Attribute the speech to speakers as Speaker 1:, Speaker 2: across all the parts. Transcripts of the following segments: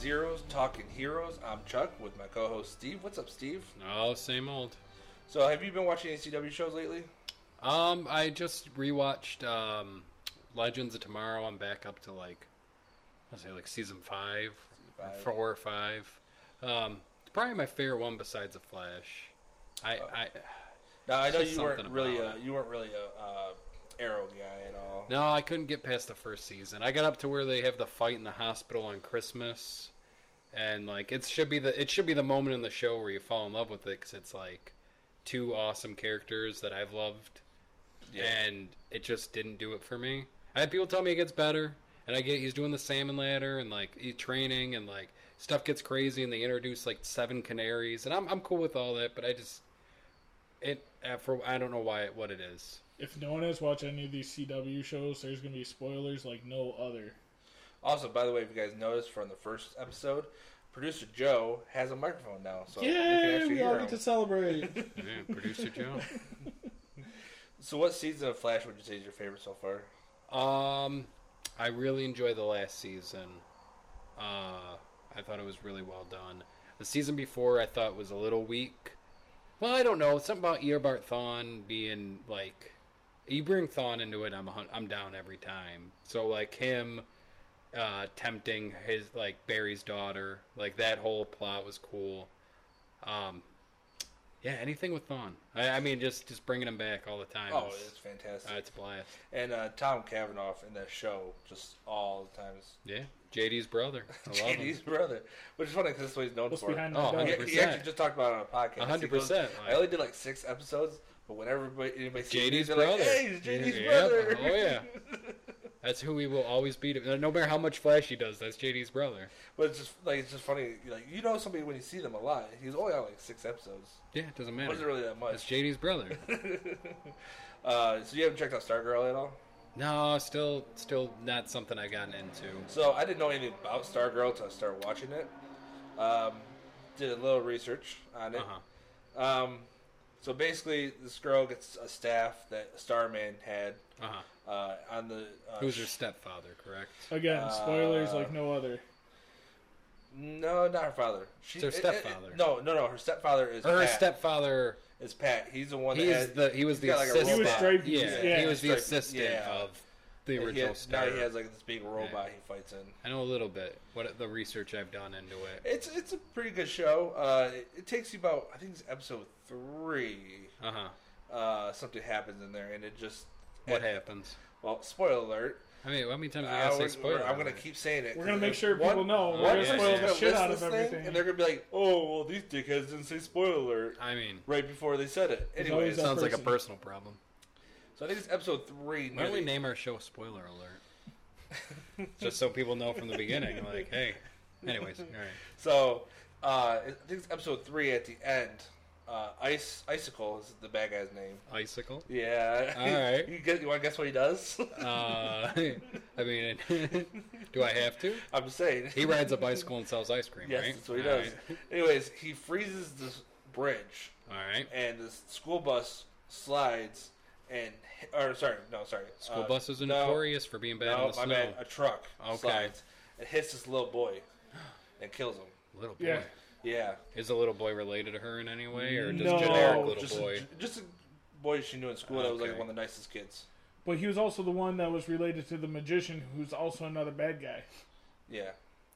Speaker 1: Heroes Talking Heroes. I'm Chuck with my co-host Steve. What's up, Steve?
Speaker 2: Oh, same old.
Speaker 1: So, have you been watching any CW shows lately?
Speaker 2: Um, I just rewatched um, Legends of Tomorrow. I'm back up to like, I say like season five, or
Speaker 1: Five.
Speaker 2: four or five. Um, it's probably my favorite one besides the Flash. I, I
Speaker 1: No, I know
Speaker 2: Just
Speaker 1: you weren't
Speaker 2: something
Speaker 1: really
Speaker 2: about
Speaker 1: a, you weren't really a uh, Arrow guy at all.
Speaker 2: no, I couldn't get past the first season. I got up to where they have the fight in the hospital on Christmas, and like it should be the it should be the moment in the show where you fall in love with it because it's like two awesome characters that I've loved. and it just didn't do it for me. I had people tell me it gets better, and I get he's doing the salmon ladder and like he's training and like stuff gets crazy, and they introduce like seven canaries, and I'm I'm cool with all that, but I just it uh, for I don't know why what it is.
Speaker 3: If no one has watched any of these CW shows, there's gonna be spoilers like no other.
Speaker 1: Also, by the way, if you guys noticed from the first episode, producer Joe has a microphone now, so you can
Speaker 3: Yeah,
Speaker 1: actually
Speaker 3: we all
Speaker 1: hear
Speaker 3: get
Speaker 1: him.
Speaker 3: to celebrate.
Speaker 2: Yeah, Producer Joe.
Speaker 1: So, what season of Flash would you say is your favorite so far?
Speaker 2: Um, I really enjoy the last season. Uh, I thought it was really well done. The season before I thought was a little weak. Well, I don't know. Something about Eobard Thawne being like, you bring Thawne into it, I'm a hun- I'm down every time. So like him, uh, tempting his like Barry's daughter, like that whole plot was cool. Um, yeah, anything with Thawne. I, I mean, just just bringing him back all the time.
Speaker 1: Oh,
Speaker 2: is-
Speaker 1: it's fantastic.
Speaker 2: uh, it's a blast.
Speaker 1: and uh, Tom Cavanaugh in that show just all the time. is
Speaker 2: Yeah, JD's brother. I love
Speaker 1: JD's
Speaker 2: him.
Speaker 1: brother, which is funny because that's what he's known
Speaker 3: What's
Speaker 1: for.
Speaker 3: behind
Speaker 2: Oh,
Speaker 3: that?
Speaker 1: He-
Speaker 3: dog?
Speaker 2: 100%.
Speaker 1: He actually just talked about it on a podcast. He
Speaker 2: 100%,
Speaker 1: goes,
Speaker 2: like-
Speaker 1: I only did like six episodes, but whenever anybody, anybody sees me,
Speaker 2: JD's
Speaker 1: they're
Speaker 2: brother.
Speaker 1: like, hey, it's JD's
Speaker 2: Yeah,
Speaker 1: brother.
Speaker 2: Oh yeah. That's who we will always be. To, no matter how much flash he does, that's JD's brother.
Speaker 1: But it's just like it's just funny. Like you know somebody when you see them a lot. He's only on like six episodes.
Speaker 2: Yeah, it doesn't
Speaker 1: Wasn't
Speaker 2: matter.
Speaker 1: really that
Speaker 2: That's
Speaker 1: much.
Speaker 2: JD's brother.
Speaker 1: uh, so you haven't checked out Stargirl at all.
Speaker 2: No, still, still not something I've gotten into.
Speaker 1: So I didn't know anything about Stargirl until I started watching it. Um, did a little research on it.
Speaker 2: Uh-huh.
Speaker 1: Um, so basically, this girl gets a staff that Starman had
Speaker 2: Uh-huh.
Speaker 1: uh, on the. Uh,
Speaker 2: Who's her stepfather? Correct.
Speaker 3: Again, spoilers
Speaker 1: Uh,
Speaker 3: like no other.
Speaker 1: No, not her father. She,
Speaker 2: It's her
Speaker 1: it- it-
Speaker 2: stepfather.
Speaker 1: no, no, no. Her stepfather is
Speaker 2: Or her
Speaker 1: Pat.
Speaker 2: stepfather.
Speaker 1: is Pat. He's the one.
Speaker 2: He
Speaker 1: that
Speaker 2: is
Speaker 1: had-
Speaker 2: the. He was
Speaker 1: he's
Speaker 2: the
Speaker 1: got, like, a
Speaker 2: assistant.
Speaker 3: He was
Speaker 1: robot.
Speaker 3: straight-
Speaker 2: yeah,
Speaker 3: yeah.
Speaker 2: he was the
Speaker 1: Straight-
Speaker 2: assistant
Speaker 1: yeah.
Speaker 2: of the
Speaker 1: And he
Speaker 2: original
Speaker 1: has- Now
Speaker 2: Star.
Speaker 1: he has like this big robot he fights in.
Speaker 2: I know a little bit what the research I've done into it.
Speaker 1: It's it's a pretty good show. Uh, it, it takes you about I think it's episode three.
Speaker 2: Uh huh.
Speaker 1: Uh, something happens in there, and it just
Speaker 2: What
Speaker 1: eh,
Speaker 2: happens?
Speaker 1: Well, spoiler alert.
Speaker 2: I mean, how many times do I
Speaker 1: I
Speaker 2: gotta say
Speaker 1: would-
Speaker 2: spoiler?
Speaker 1: Uh, I'm gonna
Speaker 2: alert?
Speaker 1: keep saying it.
Speaker 3: We're gonna
Speaker 1: 'cause
Speaker 3: make
Speaker 1: if
Speaker 3: sure people know. We're
Speaker 1: one
Speaker 3: gonna
Speaker 2: yeah,
Speaker 3: spoil
Speaker 1: person's
Speaker 2: yeah.
Speaker 3: the
Speaker 1: gonna
Speaker 3: shit
Speaker 1: listen
Speaker 3: out
Speaker 1: to
Speaker 3: of
Speaker 1: this thing,
Speaker 3: everything.
Speaker 1: and they're gonna be like, "Oh, well, these dickheads didn't say spoiler alert
Speaker 2: I mean,
Speaker 1: right before they said it."
Speaker 3: There's
Speaker 1: Anyways,
Speaker 3: always that-
Speaker 1: so
Speaker 2: sounds like a
Speaker 3: person.
Speaker 2: personal problem.
Speaker 1: I think it's episode three.
Speaker 2: Why don't we
Speaker 1: nearly.
Speaker 2: name our show Spoiler Alert? Just so people know from the beginning, like, hey. Anyways, all right.
Speaker 1: So uh, I think it's episode three at the end. Uh, Ice Icicle is the bad guy's name.
Speaker 2: Icicle.
Speaker 1: Yeah.
Speaker 2: All right.
Speaker 1: you guess, you want to guess what he does?
Speaker 2: Uh, I mean, do I have to?
Speaker 1: I'm saying.
Speaker 2: He rides a bicycle and sells ice cream,
Speaker 1: yes,
Speaker 2: right?
Speaker 1: that's what he
Speaker 2: All
Speaker 1: does. Anyways, he freezes this bridge,
Speaker 2: right. All right.
Speaker 1: and this school bus slides, and or sorry, no, sorry,
Speaker 2: School
Speaker 1: uh,
Speaker 2: buses are
Speaker 1: no,
Speaker 2: notorious for being bad
Speaker 1: No,
Speaker 2: in the
Speaker 1: my
Speaker 2: snow.
Speaker 1: bad. A truck
Speaker 2: Okay.
Speaker 1: slides and hits this little boy and kills him.
Speaker 2: Little boy.
Speaker 3: Yeah.
Speaker 1: Yeah.
Speaker 2: Is the little boy related to her in any way, or just
Speaker 3: No.
Speaker 2: generic little
Speaker 1: Oh, just
Speaker 2: boy?
Speaker 1: A, just a boy she knew in school that was like
Speaker 2: Okay.
Speaker 1: one of the nicest kids.
Speaker 3: But he was also the one that was related to the magician, who's also another bad guy.
Speaker 1: Yeah.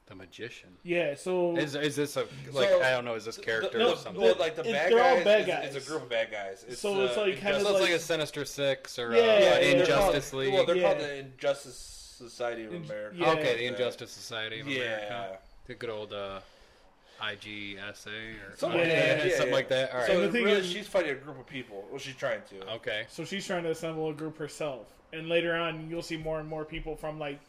Speaker 2: The magician.
Speaker 3: Yeah. So
Speaker 2: Is is this a like
Speaker 1: So-
Speaker 2: I don't know? Is this character
Speaker 1: The-
Speaker 2: or
Speaker 1: the-
Speaker 2: something?
Speaker 1: well, like the
Speaker 3: It's-
Speaker 1: bad
Speaker 3: they're all
Speaker 1: guys,
Speaker 3: bad
Speaker 1: is-
Speaker 3: guys.
Speaker 1: It's a group of bad guys.
Speaker 3: So it's
Speaker 1: uh,
Speaker 3: like kinda
Speaker 1: Injustice-
Speaker 2: So it's like
Speaker 3: like-
Speaker 2: a Sinister Six or
Speaker 3: Yeah,
Speaker 2: uh,
Speaker 3: yeah, yeah.
Speaker 2: Injustice
Speaker 1: they're called,
Speaker 2: League.
Speaker 1: Well, they're called
Speaker 3: Yeah.
Speaker 1: the Injustice Society of
Speaker 3: Inj-
Speaker 1: America.
Speaker 3: yeah.
Speaker 2: okay, the
Speaker 1: Yeah.
Speaker 2: Injustice Society of
Speaker 1: Yeah.
Speaker 2: America. The good old uh, IGSA or
Speaker 1: Something,
Speaker 3: Yeah,
Speaker 1: like that. Yeah,
Speaker 2: something
Speaker 1: yeah.
Speaker 2: like that. All right.
Speaker 1: So
Speaker 3: And the thing
Speaker 1: really,
Speaker 3: is-
Speaker 1: she's fighting a group of people. Well, she's trying to.
Speaker 2: okay.
Speaker 3: So she's trying to assemble a group herself, and later on you'll see more and more people from like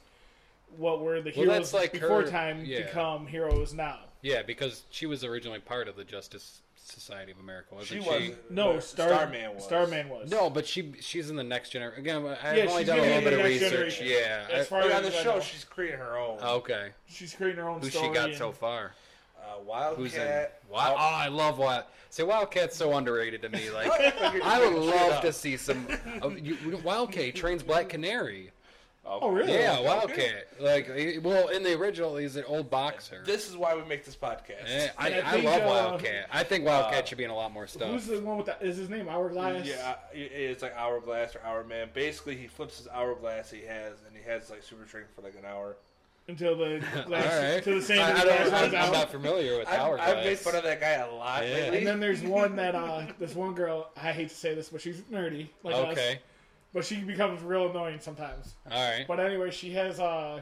Speaker 3: what were the
Speaker 2: Well,
Speaker 3: heroes
Speaker 2: that's like
Speaker 3: before
Speaker 2: her-
Speaker 3: time
Speaker 2: yeah.
Speaker 3: become heroes now.
Speaker 2: Yeah, because she was originally part of the Justice Society of America,
Speaker 1: She
Speaker 2: wasn't she?
Speaker 1: was
Speaker 3: No, Star,
Speaker 1: Starman was.
Speaker 3: Starman was.
Speaker 2: No, but she she's in the next generation. Again, I've
Speaker 3: Yeah,
Speaker 2: only
Speaker 3: she's
Speaker 2: done a
Speaker 3: gonna
Speaker 2: little
Speaker 3: be
Speaker 2: bit of
Speaker 3: in the next
Speaker 2: research.
Speaker 3: generation.
Speaker 2: Yeah.
Speaker 3: As
Speaker 2: I-
Speaker 3: far
Speaker 1: But
Speaker 3: as
Speaker 1: on the
Speaker 3: I
Speaker 1: show,
Speaker 3: know,
Speaker 1: she's creating her own.
Speaker 2: okay.
Speaker 3: she's creating her own
Speaker 2: Who
Speaker 3: story.
Speaker 2: she got
Speaker 3: and-
Speaker 2: so far?
Speaker 1: Uh,
Speaker 2: Who's
Speaker 1: Wildcat.
Speaker 2: in? Wild- oh, I love Wild. See, Wildcat's so underrated to me. Like,
Speaker 1: I
Speaker 2: I would love to see some. Uh, you, Wildcat trains Black Canary.
Speaker 3: Oh, really?
Speaker 2: Yeah, Wildcat. Like, he- well, in the original, he's an old boxer.
Speaker 1: This is why we make this podcast.
Speaker 2: Eh, I,
Speaker 3: And I
Speaker 2: I,
Speaker 3: think,
Speaker 2: love
Speaker 3: uh,
Speaker 2: Wildcat. I think Wildcat
Speaker 1: uh,
Speaker 2: should be in a lot more stuff.
Speaker 3: Who's the one with that? Is his name Hourglass?
Speaker 1: Yeah, I- it- it's like hourglass or hour man. Basically, he flips his hourglass he has, and he has like super strength for like an hour.
Speaker 3: Until the glass,
Speaker 2: All right.
Speaker 3: until the sand
Speaker 2: I, I
Speaker 3: glass
Speaker 2: don't,
Speaker 3: runs
Speaker 2: I'm, I'm
Speaker 3: out.
Speaker 2: not familiar with
Speaker 1: I've,
Speaker 2: Hourglass.
Speaker 1: I've made fun of that guy a lot
Speaker 2: Yeah.
Speaker 1: lately.
Speaker 3: And then there's one that uh, this one girl. I hate to say this, but she's nerdy like us.
Speaker 2: okay,
Speaker 3: But she becomes real annoying sometimes.
Speaker 2: all right.
Speaker 3: But anyway, she has uh,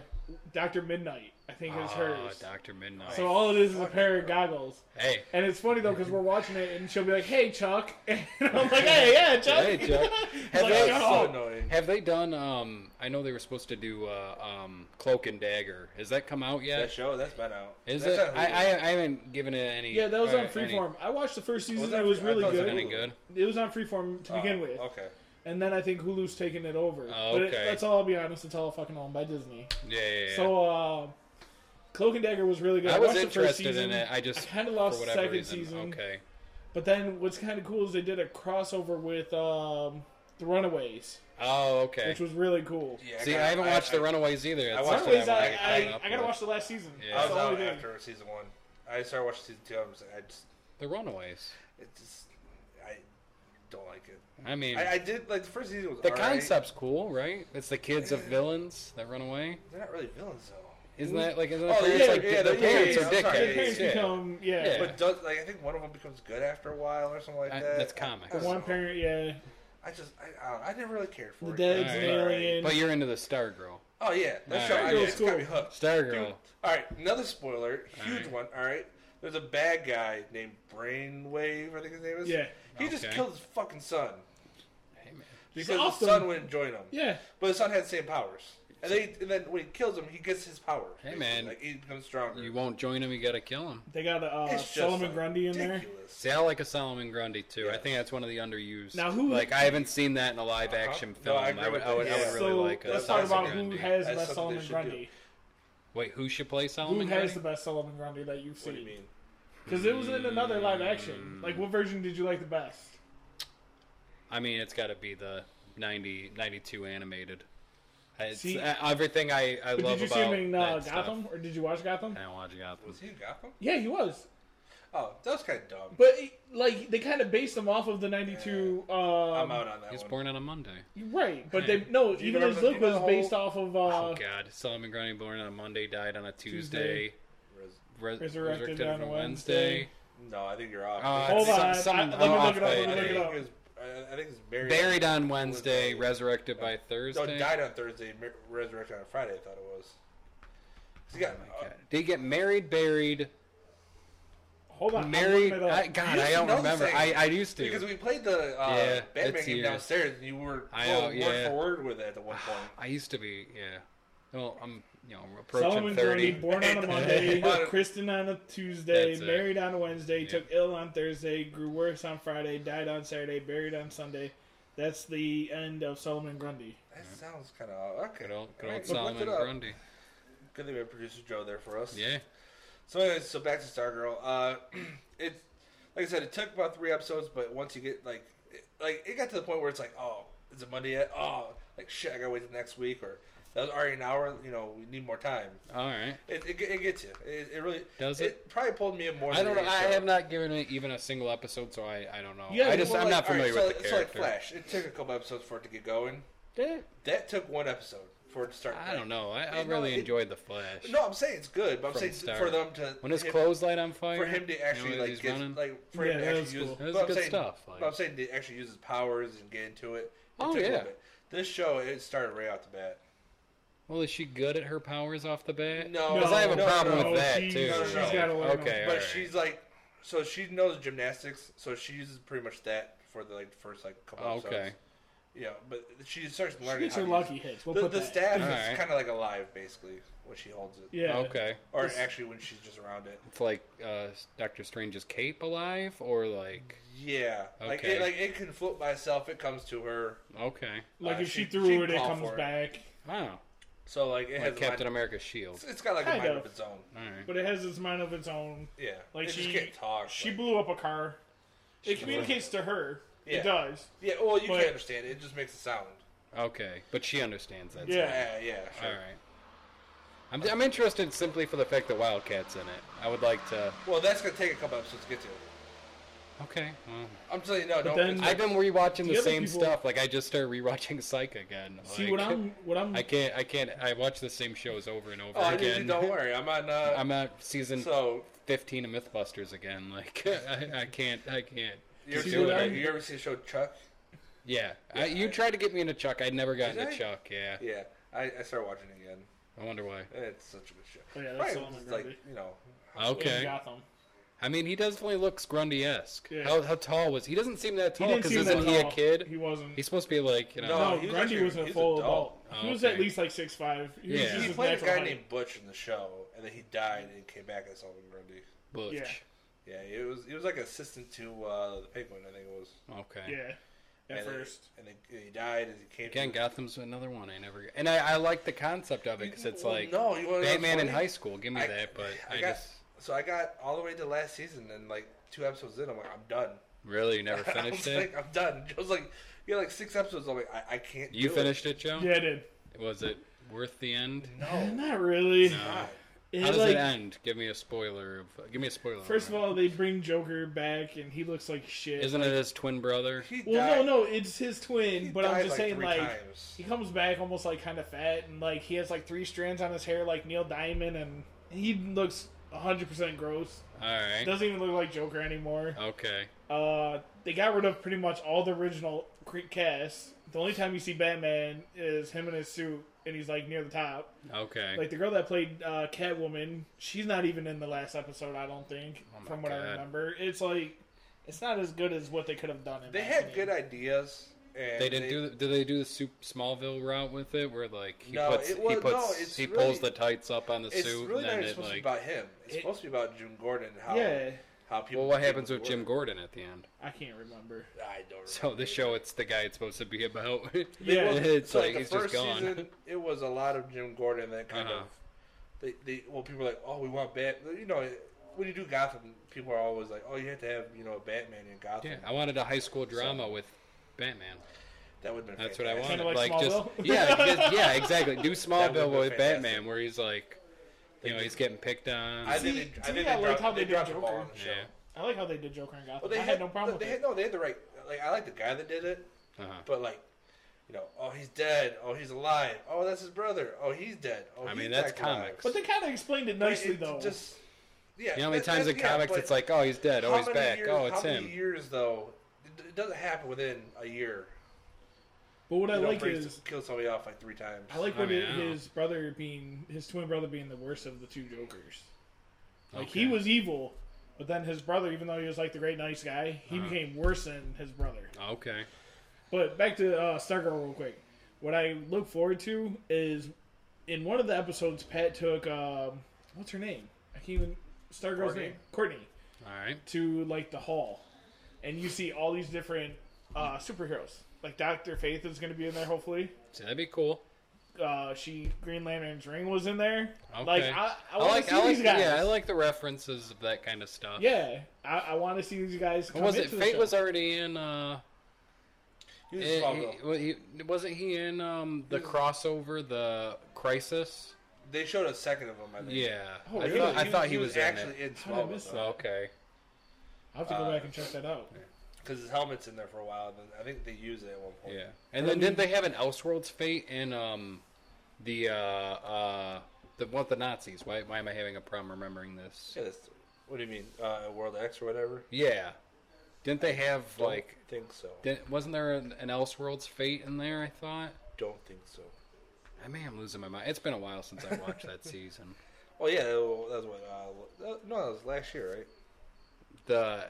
Speaker 3: Doctor Midnight. I think is hers.
Speaker 2: Ah, Doctor Midnight.
Speaker 3: So all it is is a pair of goggles.
Speaker 2: hey,
Speaker 3: And it's funny though because we're watching it, and she'll be like, "Hey, Chuck," and I'm like, "Hey, yeah, Chuck."
Speaker 2: Hey, Chuck.
Speaker 3: It's
Speaker 2: Have
Speaker 3: like,
Speaker 2: they-
Speaker 1: That's
Speaker 3: "Oh."
Speaker 1: so annoying.
Speaker 2: have they done? Um, I know they were supposed to do uh, um, Cloak and Dagger. Has that come out yet?
Speaker 1: That show that's been out.
Speaker 2: Is
Speaker 1: That's
Speaker 2: it?
Speaker 1: on Hulu.
Speaker 2: I, I I haven't given it any.
Speaker 3: Yeah, that was
Speaker 2: or
Speaker 3: on Freeform. I watched the first season;
Speaker 1: Was
Speaker 3: it
Speaker 1: that-
Speaker 3: was
Speaker 1: I
Speaker 3: really
Speaker 1: thought it was
Speaker 2: Any, was it
Speaker 3: good.
Speaker 2: any good?
Speaker 3: It was on Freeform to
Speaker 1: Oh,
Speaker 3: begin with,
Speaker 1: Okay.
Speaker 3: and then I think Hulu's taken it over.
Speaker 2: Oh,
Speaker 3: But it,
Speaker 2: okay.
Speaker 3: that's all I'll be honest; it's all fucking owned by Disney.
Speaker 2: Yeah, yeah, yeah.
Speaker 3: So, uh, Cloak and Dagger was really good.
Speaker 2: I was
Speaker 3: watched the first
Speaker 2: interested
Speaker 3: season,
Speaker 2: in it. I just
Speaker 3: kind of lost
Speaker 2: for
Speaker 3: the
Speaker 2: whatever
Speaker 3: second
Speaker 2: reason.
Speaker 3: season.
Speaker 2: Okay.
Speaker 3: But then, what's kind of cool is they did a crossover with um, the Runaways,
Speaker 2: Oh, okay.
Speaker 3: which was really cool.
Speaker 1: Yeah,
Speaker 2: See,
Speaker 1: got-
Speaker 2: I haven't watched The Runaways either. That's
Speaker 1: watched
Speaker 2: something
Speaker 3: Runaways, I,
Speaker 2: wanna
Speaker 3: I,
Speaker 2: get
Speaker 3: I,
Speaker 2: caught up
Speaker 3: gotta
Speaker 2: with.
Speaker 3: watch the last season.
Speaker 2: Yeah.
Speaker 1: I
Speaker 3: That's
Speaker 1: was
Speaker 3: the only
Speaker 1: out
Speaker 3: thing.
Speaker 1: after season one. I started watching season two. I, was, I just,
Speaker 2: The Runaways.
Speaker 1: it just, I don't like it.
Speaker 2: I mean,
Speaker 1: I, I did like the first season was
Speaker 2: the
Speaker 1: alright.
Speaker 2: concept's cool, right? It's the kids of villains that run away.
Speaker 1: They're not really villains though.
Speaker 2: Isn't that like? Isn't the
Speaker 1: Oh,
Speaker 2: parents
Speaker 1: yeah,
Speaker 2: like?
Speaker 1: yeah,
Speaker 2: their
Speaker 1: yeah,
Speaker 2: parents
Speaker 1: yeah,
Speaker 2: are
Speaker 1: yeah, I'm sorry.
Speaker 2: dickheads.
Speaker 3: The parents
Speaker 2: yeah.
Speaker 3: become yeah.
Speaker 2: Yeah.
Speaker 1: But does like I think one of them becomes good after a while or something like
Speaker 2: I-
Speaker 1: that.
Speaker 2: that's comics.
Speaker 1: I,
Speaker 3: The
Speaker 1: I,
Speaker 3: one
Speaker 1: one parent.
Speaker 3: parent, yeah.
Speaker 1: I just I, I, don't know. I never really cared for
Speaker 3: The
Speaker 1: it.
Speaker 3: dad's
Speaker 2: Alright.
Speaker 3: an alien.
Speaker 2: But you're into the Star Girl.
Speaker 1: Oh yeah, that show.
Speaker 2: Alright.
Speaker 1: I mean, it's got me hooked.
Speaker 2: Star
Speaker 1: Dude,
Speaker 2: Girl.
Speaker 1: All right, another spoiler, huge
Speaker 2: Alright.
Speaker 1: one. All right, there's a bad guy named Brainwave. I think his name is.
Speaker 3: Yeah.
Speaker 1: He just
Speaker 2: Okay.
Speaker 1: killed his fucking son
Speaker 2: Hey, man.
Speaker 1: because
Speaker 3: awesome.
Speaker 1: his son wouldn't join him.
Speaker 3: yeah.
Speaker 1: But his son had the same powers. And, they, and then when he kills him, he gets his power.
Speaker 2: Hey, man.
Speaker 1: Like, he becomes stronger.
Speaker 2: You won't join him. You gotta kill him.
Speaker 3: They got uh,
Speaker 1: It's just,
Speaker 3: Solomon
Speaker 1: like,
Speaker 3: Grundy in there.
Speaker 1: ridiculous.
Speaker 2: See, I like a Solomon Grundy too. I
Speaker 1: Yeah.
Speaker 2: think that's one of the underused.
Speaker 3: Now, who-
Speaker 2: Like, I haven't seen that in a live action
Speaker 1: Uh-huh. No,
Speaker 2: film.
Speaker 1: I
Speaker 2: I,
Speaker 1: agree
Speaker 2: would,
Speaker 1: with
Speaker 2: I would,
Speaker 1: that.
Speaker 2: I
Speaker 1: Yeah.
Speaker 2: would really
Speaker 3: so
Speaker 2: like. uh, A
Speaker 3: let's talk
Speaker 2: Solomon
Speaker 3: about
Speaker 2: Grundy.
Speaker 3: who has
Speaker 1: That's
Speaker 3: best
Speaker 1: something they
Speaker 3: Solomon
Speaker 1: should
Speaker 3: Grundy.
Speaker 2: Wait, who should play
Speaker 3: Who
Speaker 2: Solomon
Speaker 3: has
Speaker 2: Grundy?
Speaker 3: the best Solomon Grundy that you've
Speaker 1: What do you
Speaker 3: seen?
Speaker 1: mean?
Speaker 3: Because it was in another live
Speaker 2: Mm.
Speaker 3: action. Like, what version did you like the best?
Speaker 2: I mean, it's got to be the 90, 92 animated. It's,
Speaker 3: See-
Speaker 2: uh, everything I, I
Speaker 3: But
Speaker 2: love
Speaker 3: did you see
Speaker 2: about
Speaker 3: him in uh,
Speaker 2: that
Speaker 3: Gotham,
Speaker 2: Stuff. Uh,
Speaker 3: or did you watch Gotham?
Speaker 2: I don't watch Gotham.
Speaker 1: Was he in Gotham?
Speaker 3: Yeah, he was.
Speaker 1: Oh, that was kind of dumb.
Speaker 3: But like, they kind of based him off of the '92.
Speaker 1: I'm
Speaker 3: Um,
Speaker 1: out on that
Speaker 2: He was
Speaker 1: one.
Speaker 2: born on a Monday.
Speaker 3: right, but they no.
Speaker 1: Do you
Speaker 3: Even
Speaker 1: remember
Speaker 3: his
Speaker 1: the-
Speaker 3: look
Speaker 1: the
Speaker 3: was based
Speaker 1: whole-
Speaker 3: off of.
Speaker 2: Oh
Speaker 3: Uh,
Speaker 2: God, Solomon Grundy born on a Monday, died on a Tuesday,
Speaker 3: Tuesday.
Speaker 1: Res-
Speaker 2: re-
Speaker 3: Resurrected
Speaker 2: resurrected on
Speaker 3: on a
Speaker 2: Wednesday.
Speaker 1: No, I think you're off.
Speaker 2: Uh,
Speaker 3: Hold
Speaker 2: some-
Speaker 3: on,
Speaker 2: some-
Speaker 3: I- let
Speaker 2: I'm
Speaker 3: me look
Speaker 2: off
Speaker 3: it up, let
Speaker 2: by a
Speaker 3: me
Speaker 1: I
Speaker 3: look
Speaker 2: day.
Speaker 3: it
Speaker 1: think
Speaker 3: up.
Speaker 1: it was, I- I think it's buried.
Speaker 2: Buried on Wednesday,
Speaker 1: Wednesday.
Speaker 2: resurrected by Thursday.
Speaker 1: No, died on Thursday, mer- resurrected on Friday. I thought it was. 'Cause He got, uh,
Speaker 2: Oh my God. Did he get married, buried,
Speaker 3: Hold on, I'm
Speaker 2: married?
Speaker 3: looking it up.
Speaker 2: I, God,
Speaker 1: You
Speaker 2: I
Speaker 1: used to
Speaker 2: don't
Speaker 1: know the
Speaker 2: remember.
Speaker 1: thing.
Speaker 2: I, I used to.
Speaker 1: because we played the uh,
Speaker 2: Yeah,
Speaker 1: Batman
Speaker 2: it's
Speaker 1: game
Speaker 2: years.
Speaker 1: downstairs, and you were
Speaker 2: I
Speaker 1: well,
Speaker 2: know, yeah.
Speaker 1: word for word with it at one point.
Speaker 2: I used to be, yeah. Well, I'm, you know, I'm approaching
Speaker 3: Solomon
Speaker 2: 30.
Speaker 3: Grundy, born on a Monday,
Speaker 1: But-
Speaker 3: Kristen on a Tuesday,
Speaker 2: That's it.
Speaker 3: married on a Wednesday,
Speaker 2: Yeah.
Speaker 3: took ill on Thursday, grew worse on Friday, died on Saturday, buried on Sunday. That's the end of Solomon Grundy.
Speaker 1: That sounds kind of okay.
Speaker 2: Good old, good
Speaker 1: All
Speaker 2: old
Speaker 1: right, look
Speaker 2: Solomon
Speaker 1: it up.
Speaker 2: Grundy.
Speaker 1: Good thing we have producer Joe there for us.
Speaker 2: Yeah.
Speaker 1: So, anyways, so back to Stargirl. Uh, it, like I said, it took about three episodes, but once you get like, it, like it got to the point where it's like, oh, is it Monday yet? Oh, like shit, I gotta wait till next week, or that was already an hour. You know, we need more time.
Speaker 2: All right.
Speaker 1: It, it, it gets you. It, it really
Speaker 2: Does
Speaker 1: Probably pulled me in more.
Speaker 2: I
Speaker 1: than
Speaker 2: don't know.
Speaker 1: any
Speaker 2: I
Speaker 1: show.
Speaker 2: have not given it even a single episode, so I, I don't know.
Speaker 3: Yeah,
Speaker 2: I just,
Speaker 1: Well,
Speaker 2: I'm
Speaker 1: like,
Speaker 2: not familiar
Speaker 1: all right,
Speaker 2: with
Speaker 1: so,
Speaker 2: the
Speaker 1: so like
Speaker 2: character.
Speaker 1: Flash, it took a couple episodes for it to get going.
Speaker 2: Eh,
Speaker 1: That took one episode for it to start.
Speaker 2: I don't know. I, I
Speaker 1: You know,
Speaker 2: really
Speaker 1: it-
Speaker 2: enjoyed the Flash.
Speaker 1: No, I'm saying it's good, but I'm
Speaker 2: From
Speaker 1: saying
Speaker 2: start.
Speaker 1: for them to
Speaker 2: when his
Speaker 1: him-
Speaker 2: clothes light on fire,
Speaker 1: for him to actually
Speaker 2: Oh, you know,
Speaker 1: like
Speaker 2: he's
Speaker 1: get
Speaker 2: running.
Speaker 1: like for
Speaker 3: Yeah,
Speaker 1: him to
Speaker 3: that
Speaker 1: actually
Speaker 3: was
Speaker 1: use.
Speaker 3: cool.
Speaker 2: That was
Speaker 1: but I'm
Speaker 2: good
Speaker 1: saying,
Speaker 2: stuff,
Speaker 1: but
Speaker 2: like-
Speaker 1: I'm saying to actually use his powers and get into it. it
Speaker 2: Oh,
Speaker 1: took a little
Speaker 2: yeah.
Speaker 1: bit. This show it started right out the bat.
Speaker 2: Well, is she good at her powers off the bat?
Speaker 1: No,
Speaker 2: because I have a
Speaker 1: no,
Speaker 2: problem
Speaker 1: no,
Speaker 2: with that
Speaker 3: she's-
Speaker 2: too.
Speaker 1: no, she's
Speaker 2: Like,
Speaker 1: gotta
Speaker 3: learn
Speaker 2: okay,
Speaker 1: but
Speaker 2: all right.
Speaker 1: she's like, so she knows gymnastics, so she uses pretty much that for the like the first like couple.
Speaker 2: Oh, okay.
Speaker 1: episodes. Yeah, but she starts
Speaker 3: She
Speaker 1: learning.
Speaker 3: gets
Speaker 1: how
Speaker 3: her
Speaker 1: to use-
Speaker 3: lucky hits. We'll
Speaker 1: the,
Speaker 3: put
Speaker 1: the
Speaker 3: that.
Speaker 1: staff
Speaker 2: Alright.
Speaker 1: is kind of like alive, basically, when she holds it.
Speaker 3: Yeah.
Speaker 2: Okay,
Speaker 1: Or
Speaker 3: This-
Speaker 1: actually, when she's just around it.
Speaker 2: it's like uh, Doctor Strange's cape alive, or like
Speaker 1: Yeah. Like,
Speaker 2: Okay.
Speaker 1: it, like, it can float by itself. It comes to her.
Speaker 2: okay,
Speaker 3: Like
Speaker 1: Uh,
Speaker 3: if she,
Speaker 1: she-
Speaker 3: threw
Speaker 1: she'd
Speaker 3: it, it
Speaker 1: call
Speaker 3: comes
Speaker 1: for it.
Speaker 3: back.
Speaker 2: wow,
Speaker 1: So, like, it
Speaker 2: like
Speaker 1: has a
Speaker 2: Captain
Speaker 1: mind,
Speaker 2: America's shield.
Speaker 1: it's- It's got, like, a
Speaker 3: Kind
Speaker 1: mind
Speaker 3: of.
Speaker 1: of its own.
Speaker 2: All right.
Speaker 3: But it has its mind of its own.
Speaker 1: Yeah.
Speaker 3: Like
Speaker 1: it
Speaker 3: she-
Speaker 1: just can't
Speaker 2: Oh,
Speaker 1: talk.
Speaker 3: She
Speaker 1: like-
Speaker 3: blew up a car. It communicates to her.
Speaker 1: Yeah.
Speaker 3: It does.
Speaker 1: yeah, well, you
Speaker 3: but-
Speaker 1: can understand. It It just makes a sound.
Speaker 2: Okay, but she understands that. so-
Speaker 3: Yeah.
Speaker 1: Yeah, yeah, sure.
Speaker 2: All right. I'm, I'm interested simply for the fact that Wildcat's in it. I would like to.
Speaker 1: Well, that's gonna take a couple episodes to get to.
Speaker 2: Okay. Well,
Speaker 1: I'm telling you, no, don't.
Speaker 3: then-
Speaker 1: it's-
Speaker 2: I've been rewatching the,
Speaker 3: The other
Speaker 2: same
Speaker 3: people-
Speaker 2: stuff. Like I just started rewatching Psych again.
Speaker 3: See
Speaker 2: Like,
Speaker 3: what I'm what I'm
Speaker 2: I can't. I can't. I watch the same shows over and over
Speaker 1: oh, I
Speaker 2: again.
Speaker 1: usually don't worry. I'm on. Uh,
Speaker 2: I'm at season
Speaker 1: so
Speaker 2: 15 of MythBusters again. Like I, I can't. I can't.
Speaker 1: you ever,
Speaker 3: See
Speaker 1: see,
Speaker 3: what I'm-
Speaker 1: you ever see the show Chuck?
Speaker 2: Yeah. I, you
Speaker 1: I-
Speaker 2: tried to get me into Chuck. I never got
Speaker 1: Did
Speaker 2: into
Speaker 1: I?
Speaker 2: Chuck. Yeah.
Speaker 1: Yeah, I, I started watching it again.
Speaker 2: I wonder why.
Speaker 1: It's such a good show.
Speaker 3: Oh, yeah, that's
Speaker 1: Probably
Speaker 3: the one
Speaker 1: just
Speaker 3: I
Speaker 1: like
Speaker 3: remember.
Speaker 1: you know,
Speaker 3: in
Speaker 2: Okay.
Speaker 3: Gotham.
Speaker 2: I mean, he definitely looks Grundy-esque.
Speaker 3: Yeah.
Speaker 2: How, how tall was he? Doesn't seem that
Speaker 3: He
Speaker 2: tall.
Speaker 3: didn't
Speaker 2: Because
Speaker 3: seem
Speaker 2: isn't
Speaker 3: that
Speaker 2: Oh, he a
Speaker 3: tall.
Speaker 2: kid?
Speaker 3: He wasn't.
Speaker 2: He's supposed to be like you know.
Speaker 1: No,
Speaker 3: no,
Speaker 1: he was
Speaker 3: Grundy
Speaker 1: actually-
Speaker 3: was a
Speaker 1: he's
Speaker 3: full adult.
Speaker 1: adult.
Speaker 2: Oh,
Speaker 3: He was
Speaker 2: okay.
Speaker 3: at least like six five. He was
Speaker 2: Yeah.
Speaker 3: just
Speaker 2: He
Speaker 1: he
Speaker 3: his
Speaker 1: played a
Speaker 3: natural
Speaker 1: guy
Speaker 3: height.
Speaker 1: named Butch in the show, and then he died and came back as Alvin Grundy.
Speaker 2: Butch.
Speaker 3: Yeah.
Speaker 1: Yeah, it was it was like assistant to uh, the Penguin, I think it was.
Speaker 2: Okay.
Speaker 3: Yeah, at
Speaker 1: and
Speaker 3: first.
Speaker 1: then, and then he died, and he came.
Speaker 2: Again,
Speaker 1: to,
Speaker 2: Gotham's another one I never. And I, I like the concept of it because it's like
Speaker 1: no, you wanna know
Speaker 2: Batman in
Speaker 1: funny?
Speaker 2: high school. Give me
Speaker 1: I-
Speaker 2: that, but I,
Speaker 1: I got-
Speaker 2: just
Speaker 1: So I got all the way to last season, and like two episodes in, I'm like, I'm done.
Speaker 2: really never
Speaker 1: I was
Speaker 2: finished it.
Speaker 1: like, I'm done. Joe's like, you got like six episodes. I'm like, I, I can't.
Speaker 2: You
Speaker 1: do it."
Speaker 2: finished it, Joe?
Speaker 3: Yeah, I did.
Speaker 2: Was it worth the end?
Speaker 1: No.
Speaker 3: Not really.
Speaker 2: No.
Speaker 3: It,
Speaker 2: How does
Speaker 3: like,
Speaker 2: it end? Give me a spoiler. Of, give me a spoiler.
Speaker 3: First of
Speaker 2: on it.
Speaker 3: all, they bring Joker back, and he looks like shit.
Speaker 2: isn't it his twin brother?
Speaker 1: He
Speaker 3: well,
Speaker 1: died-
Speaker 3: no, no, it's his twin,
Speaker 1: he
Speaker 3: but I'm
Speaker 1: died,
Speaker 3: just saying,
Speaker 1: three
Speaker 3: like,
Speaker 1: times.
Speaker 3: he comes back almost like kind of fat, and like he has like three strands on his hair, like Neil Diamond, and he looks 100% gross.
Speaker 2: All right.
Speaker 3: Doesn't even look like Joker anymore.
Speaker 2: Okay.
Speaker 3: Uh, they got rid of pretty much all the original cre- cast. The only time you see Batman is him in his suit, and he's like near the top.
Speaker 2: Okay.
Speaker 3: Like the girl that played uh, Catwoman, she's not even in the last episode, I don't think,
Speaker 2: Oh my
Speaker 3: from what
Speaker 2: God.
Speaker 3: I remember. It's like it's not as good as what they could have done. In
Speaker 1: They
Speaker 3: my
Speaker 1: had
Speaker 3: opinion.
Speaker 1: good ideas. And
Speaker 2: they didn't do. The, did they do the soup Smallville route with it, where like he
Speaker 1: No,
Speaker 2: puts
Speaker 1: it was-
Speaker 2: he puts
Speaker 1: no, it's
Speaker 2: he
Speaker 1: really-
Speaker 2: pulls the tights up on the
Speaker 1: It's
Speaker 2: suit,
Speaker 1: really not even
Speaker 2: and then it
Speaker 1: supposed to be
Speaker 2: like.
Speaker 1: about him. It's
Speaker 3: It-
Speaker 1: supposed to be about June Gordon. And how
Speaker 3: Yeah,
Speaker 1: how people.
Speaker 2: Well, what
Speaker 1: became
Speaker 2: happens with Jim Gordon at the end?
Speaker 3: I can't remember.
Speaker 1: I don't. Remember
Speaker 2: So this show, it's the guy it's supposed to be about.
Speaker 1: They
Speaker 3: Yeah.
Speaker 1: was-
Speaker 2: It's
Speaker 1: so,
Speaker 2: like,
Speaker 1: the
Speaker 2: he's just
Speaker 1: first
Speaker 2: gone.
Speaker 1: season, it was a lot of Jim Gordon that kind
Speaker 2: Uh-huh.
Speaker 1: of. They, they well, people are like, oh, we want Bat. You know, when you do Gotham, people are always like, oh, you have to have you know Batman in Gotham.
Speaker 2: yeah, I wanted a high school drama with Batman.
Speaker 1: That would have been.
Speaker 2: That's what I
Speaker 1: fantastic.
Speaker 2: wanted.
Speaker 3: Kinda like
Speaker 2: like just
Speaker 3: Smallville?
Speaker 2: yeah, just- yeah, exactly. Do
Speaker 1: That
Speaker 2: Smallville
Speaker 1: would've
Speaker 2: with
Speaker 1: been
Speaker 2: Batman, where he's like, you know,
Speaker 1: They-
Speaker 2: he's getting picked on.
Speaker 1: I think,
Speaker 3: See,
Speaker 1: they,
Speaker 3: to
Speaker 1: I think
Speaker 3: me,
Speaker 1: they,
Speaker 3: I like
Speaker 1: dropped,
Speaker 3: how
Speaker 1: they
Speaker 3: they did
Speaker 1: dropped the ball
Speaker 3: Joker.
Speaker 1: on the show.
Speaker 2: yeah.
Speaker 3: I like how they did Joker and Gotham.
Speaker 1: Well, they
Speaker 3: I had, no problem
Speaker 1: they
Speaker 3: with
Speaker 1: had,
Speaker 3: it.
Speaker 1: No, they had the right. Like I like the guy that did it,
Speaker 2: Uh-huh.
Speaker 1: but like, you know, oh he's dead. Oh he's alive. Oh that's his brother. Oh he's dead. Oh
Speaker 2: I
Speaker 1: he's
Speaker 2: mean, that's
Speaker 1: back alive.
Speaker 2: comics.
Speaker 3: But they kind of explained it
Speaker 1: But
Speaker 3: nicely,
Speaker 1: it
Speaker 3: though.
Speaker 1: Just yeah.
Speaker 2: You know how many
Speaker 1: that-
Speaker 2: times
Speaker 1: that-
Speaker 2: in
Speaker 1: yeah,
Speaker 2: comics
Speaker 1: but
Speaker 2: it's like, oh, he's dead, oh,
Speaker 1: how
Speaker 2: he's
Speaker 1: many
Speaker 2: back,
Speaker 1: years-
Speaker 2: oh, it's
Speaker 1: how
Speaker 2: him.
Speaker 1: Many years though, it, it doesn't happen within a year.
Speaker 3: But what I
Speaker 1: You don't
Speaker 3: like
Speaker 1: bring-
Speaker 3: is
Speaker 1: kill somebody off like three times.
Speaker 3: I like
Speaker 2: I
Speaker 3: what
Speaker 2: mean,
Speaker 3: it-
Speaker 2: I don't-
Speaker 3: his brother being his twin brother being the worst of the two Jokers. Like
Speaker 2: Okay.
Speaker 3: he was evil, but then his brother, even though he was like the great nice guy, he
Speaker 2: Uh-huh.
Speaker 3: became worse than his brother.
Speaker 2: Okay.
Speaker 3: But back to uh, Stargirl real quick. What I look forward to is in one of the episodes, Pat took um, what's her name? I can't even Stargirl's
Speaker 1: Courtney.
Speaker 3: name Courtney
Speaker 2: All right.
Speaker 3: to like the hall, and you see all these different uh, superheroes. Like Doctor Faith is going to be in there, hopefully.
Speaker 2: So that'd be cool.
Speaker 3: Uh, she Green Lantern's ring was in there.
Speaker 2: Okay.
Speaker 3: Like I, I,
Speaker 2: I
Speaker 3: want
Speaker 2: like,
Speaker 3: to see
Speaker 2: I like,
Speaker 3: these guys.
Speaker 2: yeah, I like the references of that kind of stuff.
Speaker 3: Yeah, I, I want to see these guys.
Speaker 2: What
Speaker 3: Come
Speaker 2: was it?
Speaker 3: into the
Speaker 2: Fate
Speaker 3: show.
Speaker 2: was already in. uh
Speaker 1: He was a
Speaker 2: eh,
Speaker 1: small
Speaker 2: he-
Speaker 1: girl.
Speaker 2: wa- he- Wasn't he in um the crossover, the Crisis?
Speaker 1: They showed a second of him. I think.
Speaker 2: Yeah.
Speaker 3: Oh,
Speaker 2: I
Speaker 3: really?
Speaker 2: thought, I thought he, was, in it.
Speaker 1: actually in,
Speaker 3: How did I
Speaker 1: small
Speaker 3: miss
Speaker 1: because
Speaker 2: Okay.
Speaker 3: I have to go
Speaker 1: uh,
Speaker 3: back and check that out.
Speaker 1: his helmet's in there for a while. And then I think they use it at one point.
Speaker 2: Yeah. And
Speaker 3: I
Speaker 2: then didn't
Speaker 3: mean-
Speaker 2: they have an Elseworlds fate in um the uh uh the what the Nazis? Why why am I having a problem remembering this?
Speaker 1: Yeah, that's- what do you mean, uh, World X or whatever?
Speaker 2: Yeah. Didn't they have
Speaker 1: Don't
Speaker 2: like
Speaker 1: think so.
Speaker 2: didn't, wasn't there an, an Elseworlds fate in there, I thought?
Speaker 1: Don't think so.
Speaker 2: I may am losing my mind. It's been a while since I watched that season.
Speaker 1: Oh yeah, that was that was what. Uh, that- no, that was last year, right?
Speaker 2: The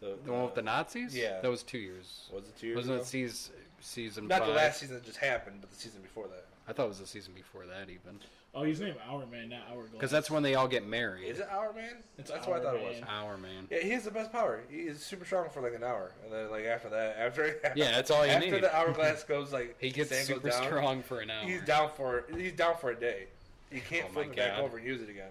Speaker 1: The,
Speaker 2: the one with the Nazis?
Speaker 1: Yeah.
Speaker 2: That was two years.
Speaker 1: was it two years
Speaker 2: Wasn't
Speaker 1: ago?
Speaker 2: it seas, season
Speaker 1: Not
Speaker 2: five?
Speaker 1: the last season that just happened, but the season before that.
Speaker 2: I thought it was the season before that even.
Speaker 3: Oh, he's named Our Man, not Hourglass.
Speaker 2: Because that's when they all get married.
Speaker 1: Is it Our Man?
Speaker 3: It's
Speaker 1: That's what I
Speaker 3: Our
Speaker 1: thought it
Speaker 3: Man.
Speaker 1: was.
Speaker 2: Our man.
Speaker 1: Yeah, he has the best power. He is super strong for like an hour, and then like after that, after
Speaker 2: Yeah, that's all you
Speaker 1: after
Speaker 2: need.
Speaker 1: the hourglass goes like
Speaker 2: He gets
Speaker 1: sand goes
Speaker 2: super
Speaker 1: down,
Speaker 2: strong for an hour.
Speaker 1: He's down for he's down for a day. You can't
Speaker 2: Oh my
Speaker 1: flip it back
Speaker 2: God.
Speaker 1: over and use it again.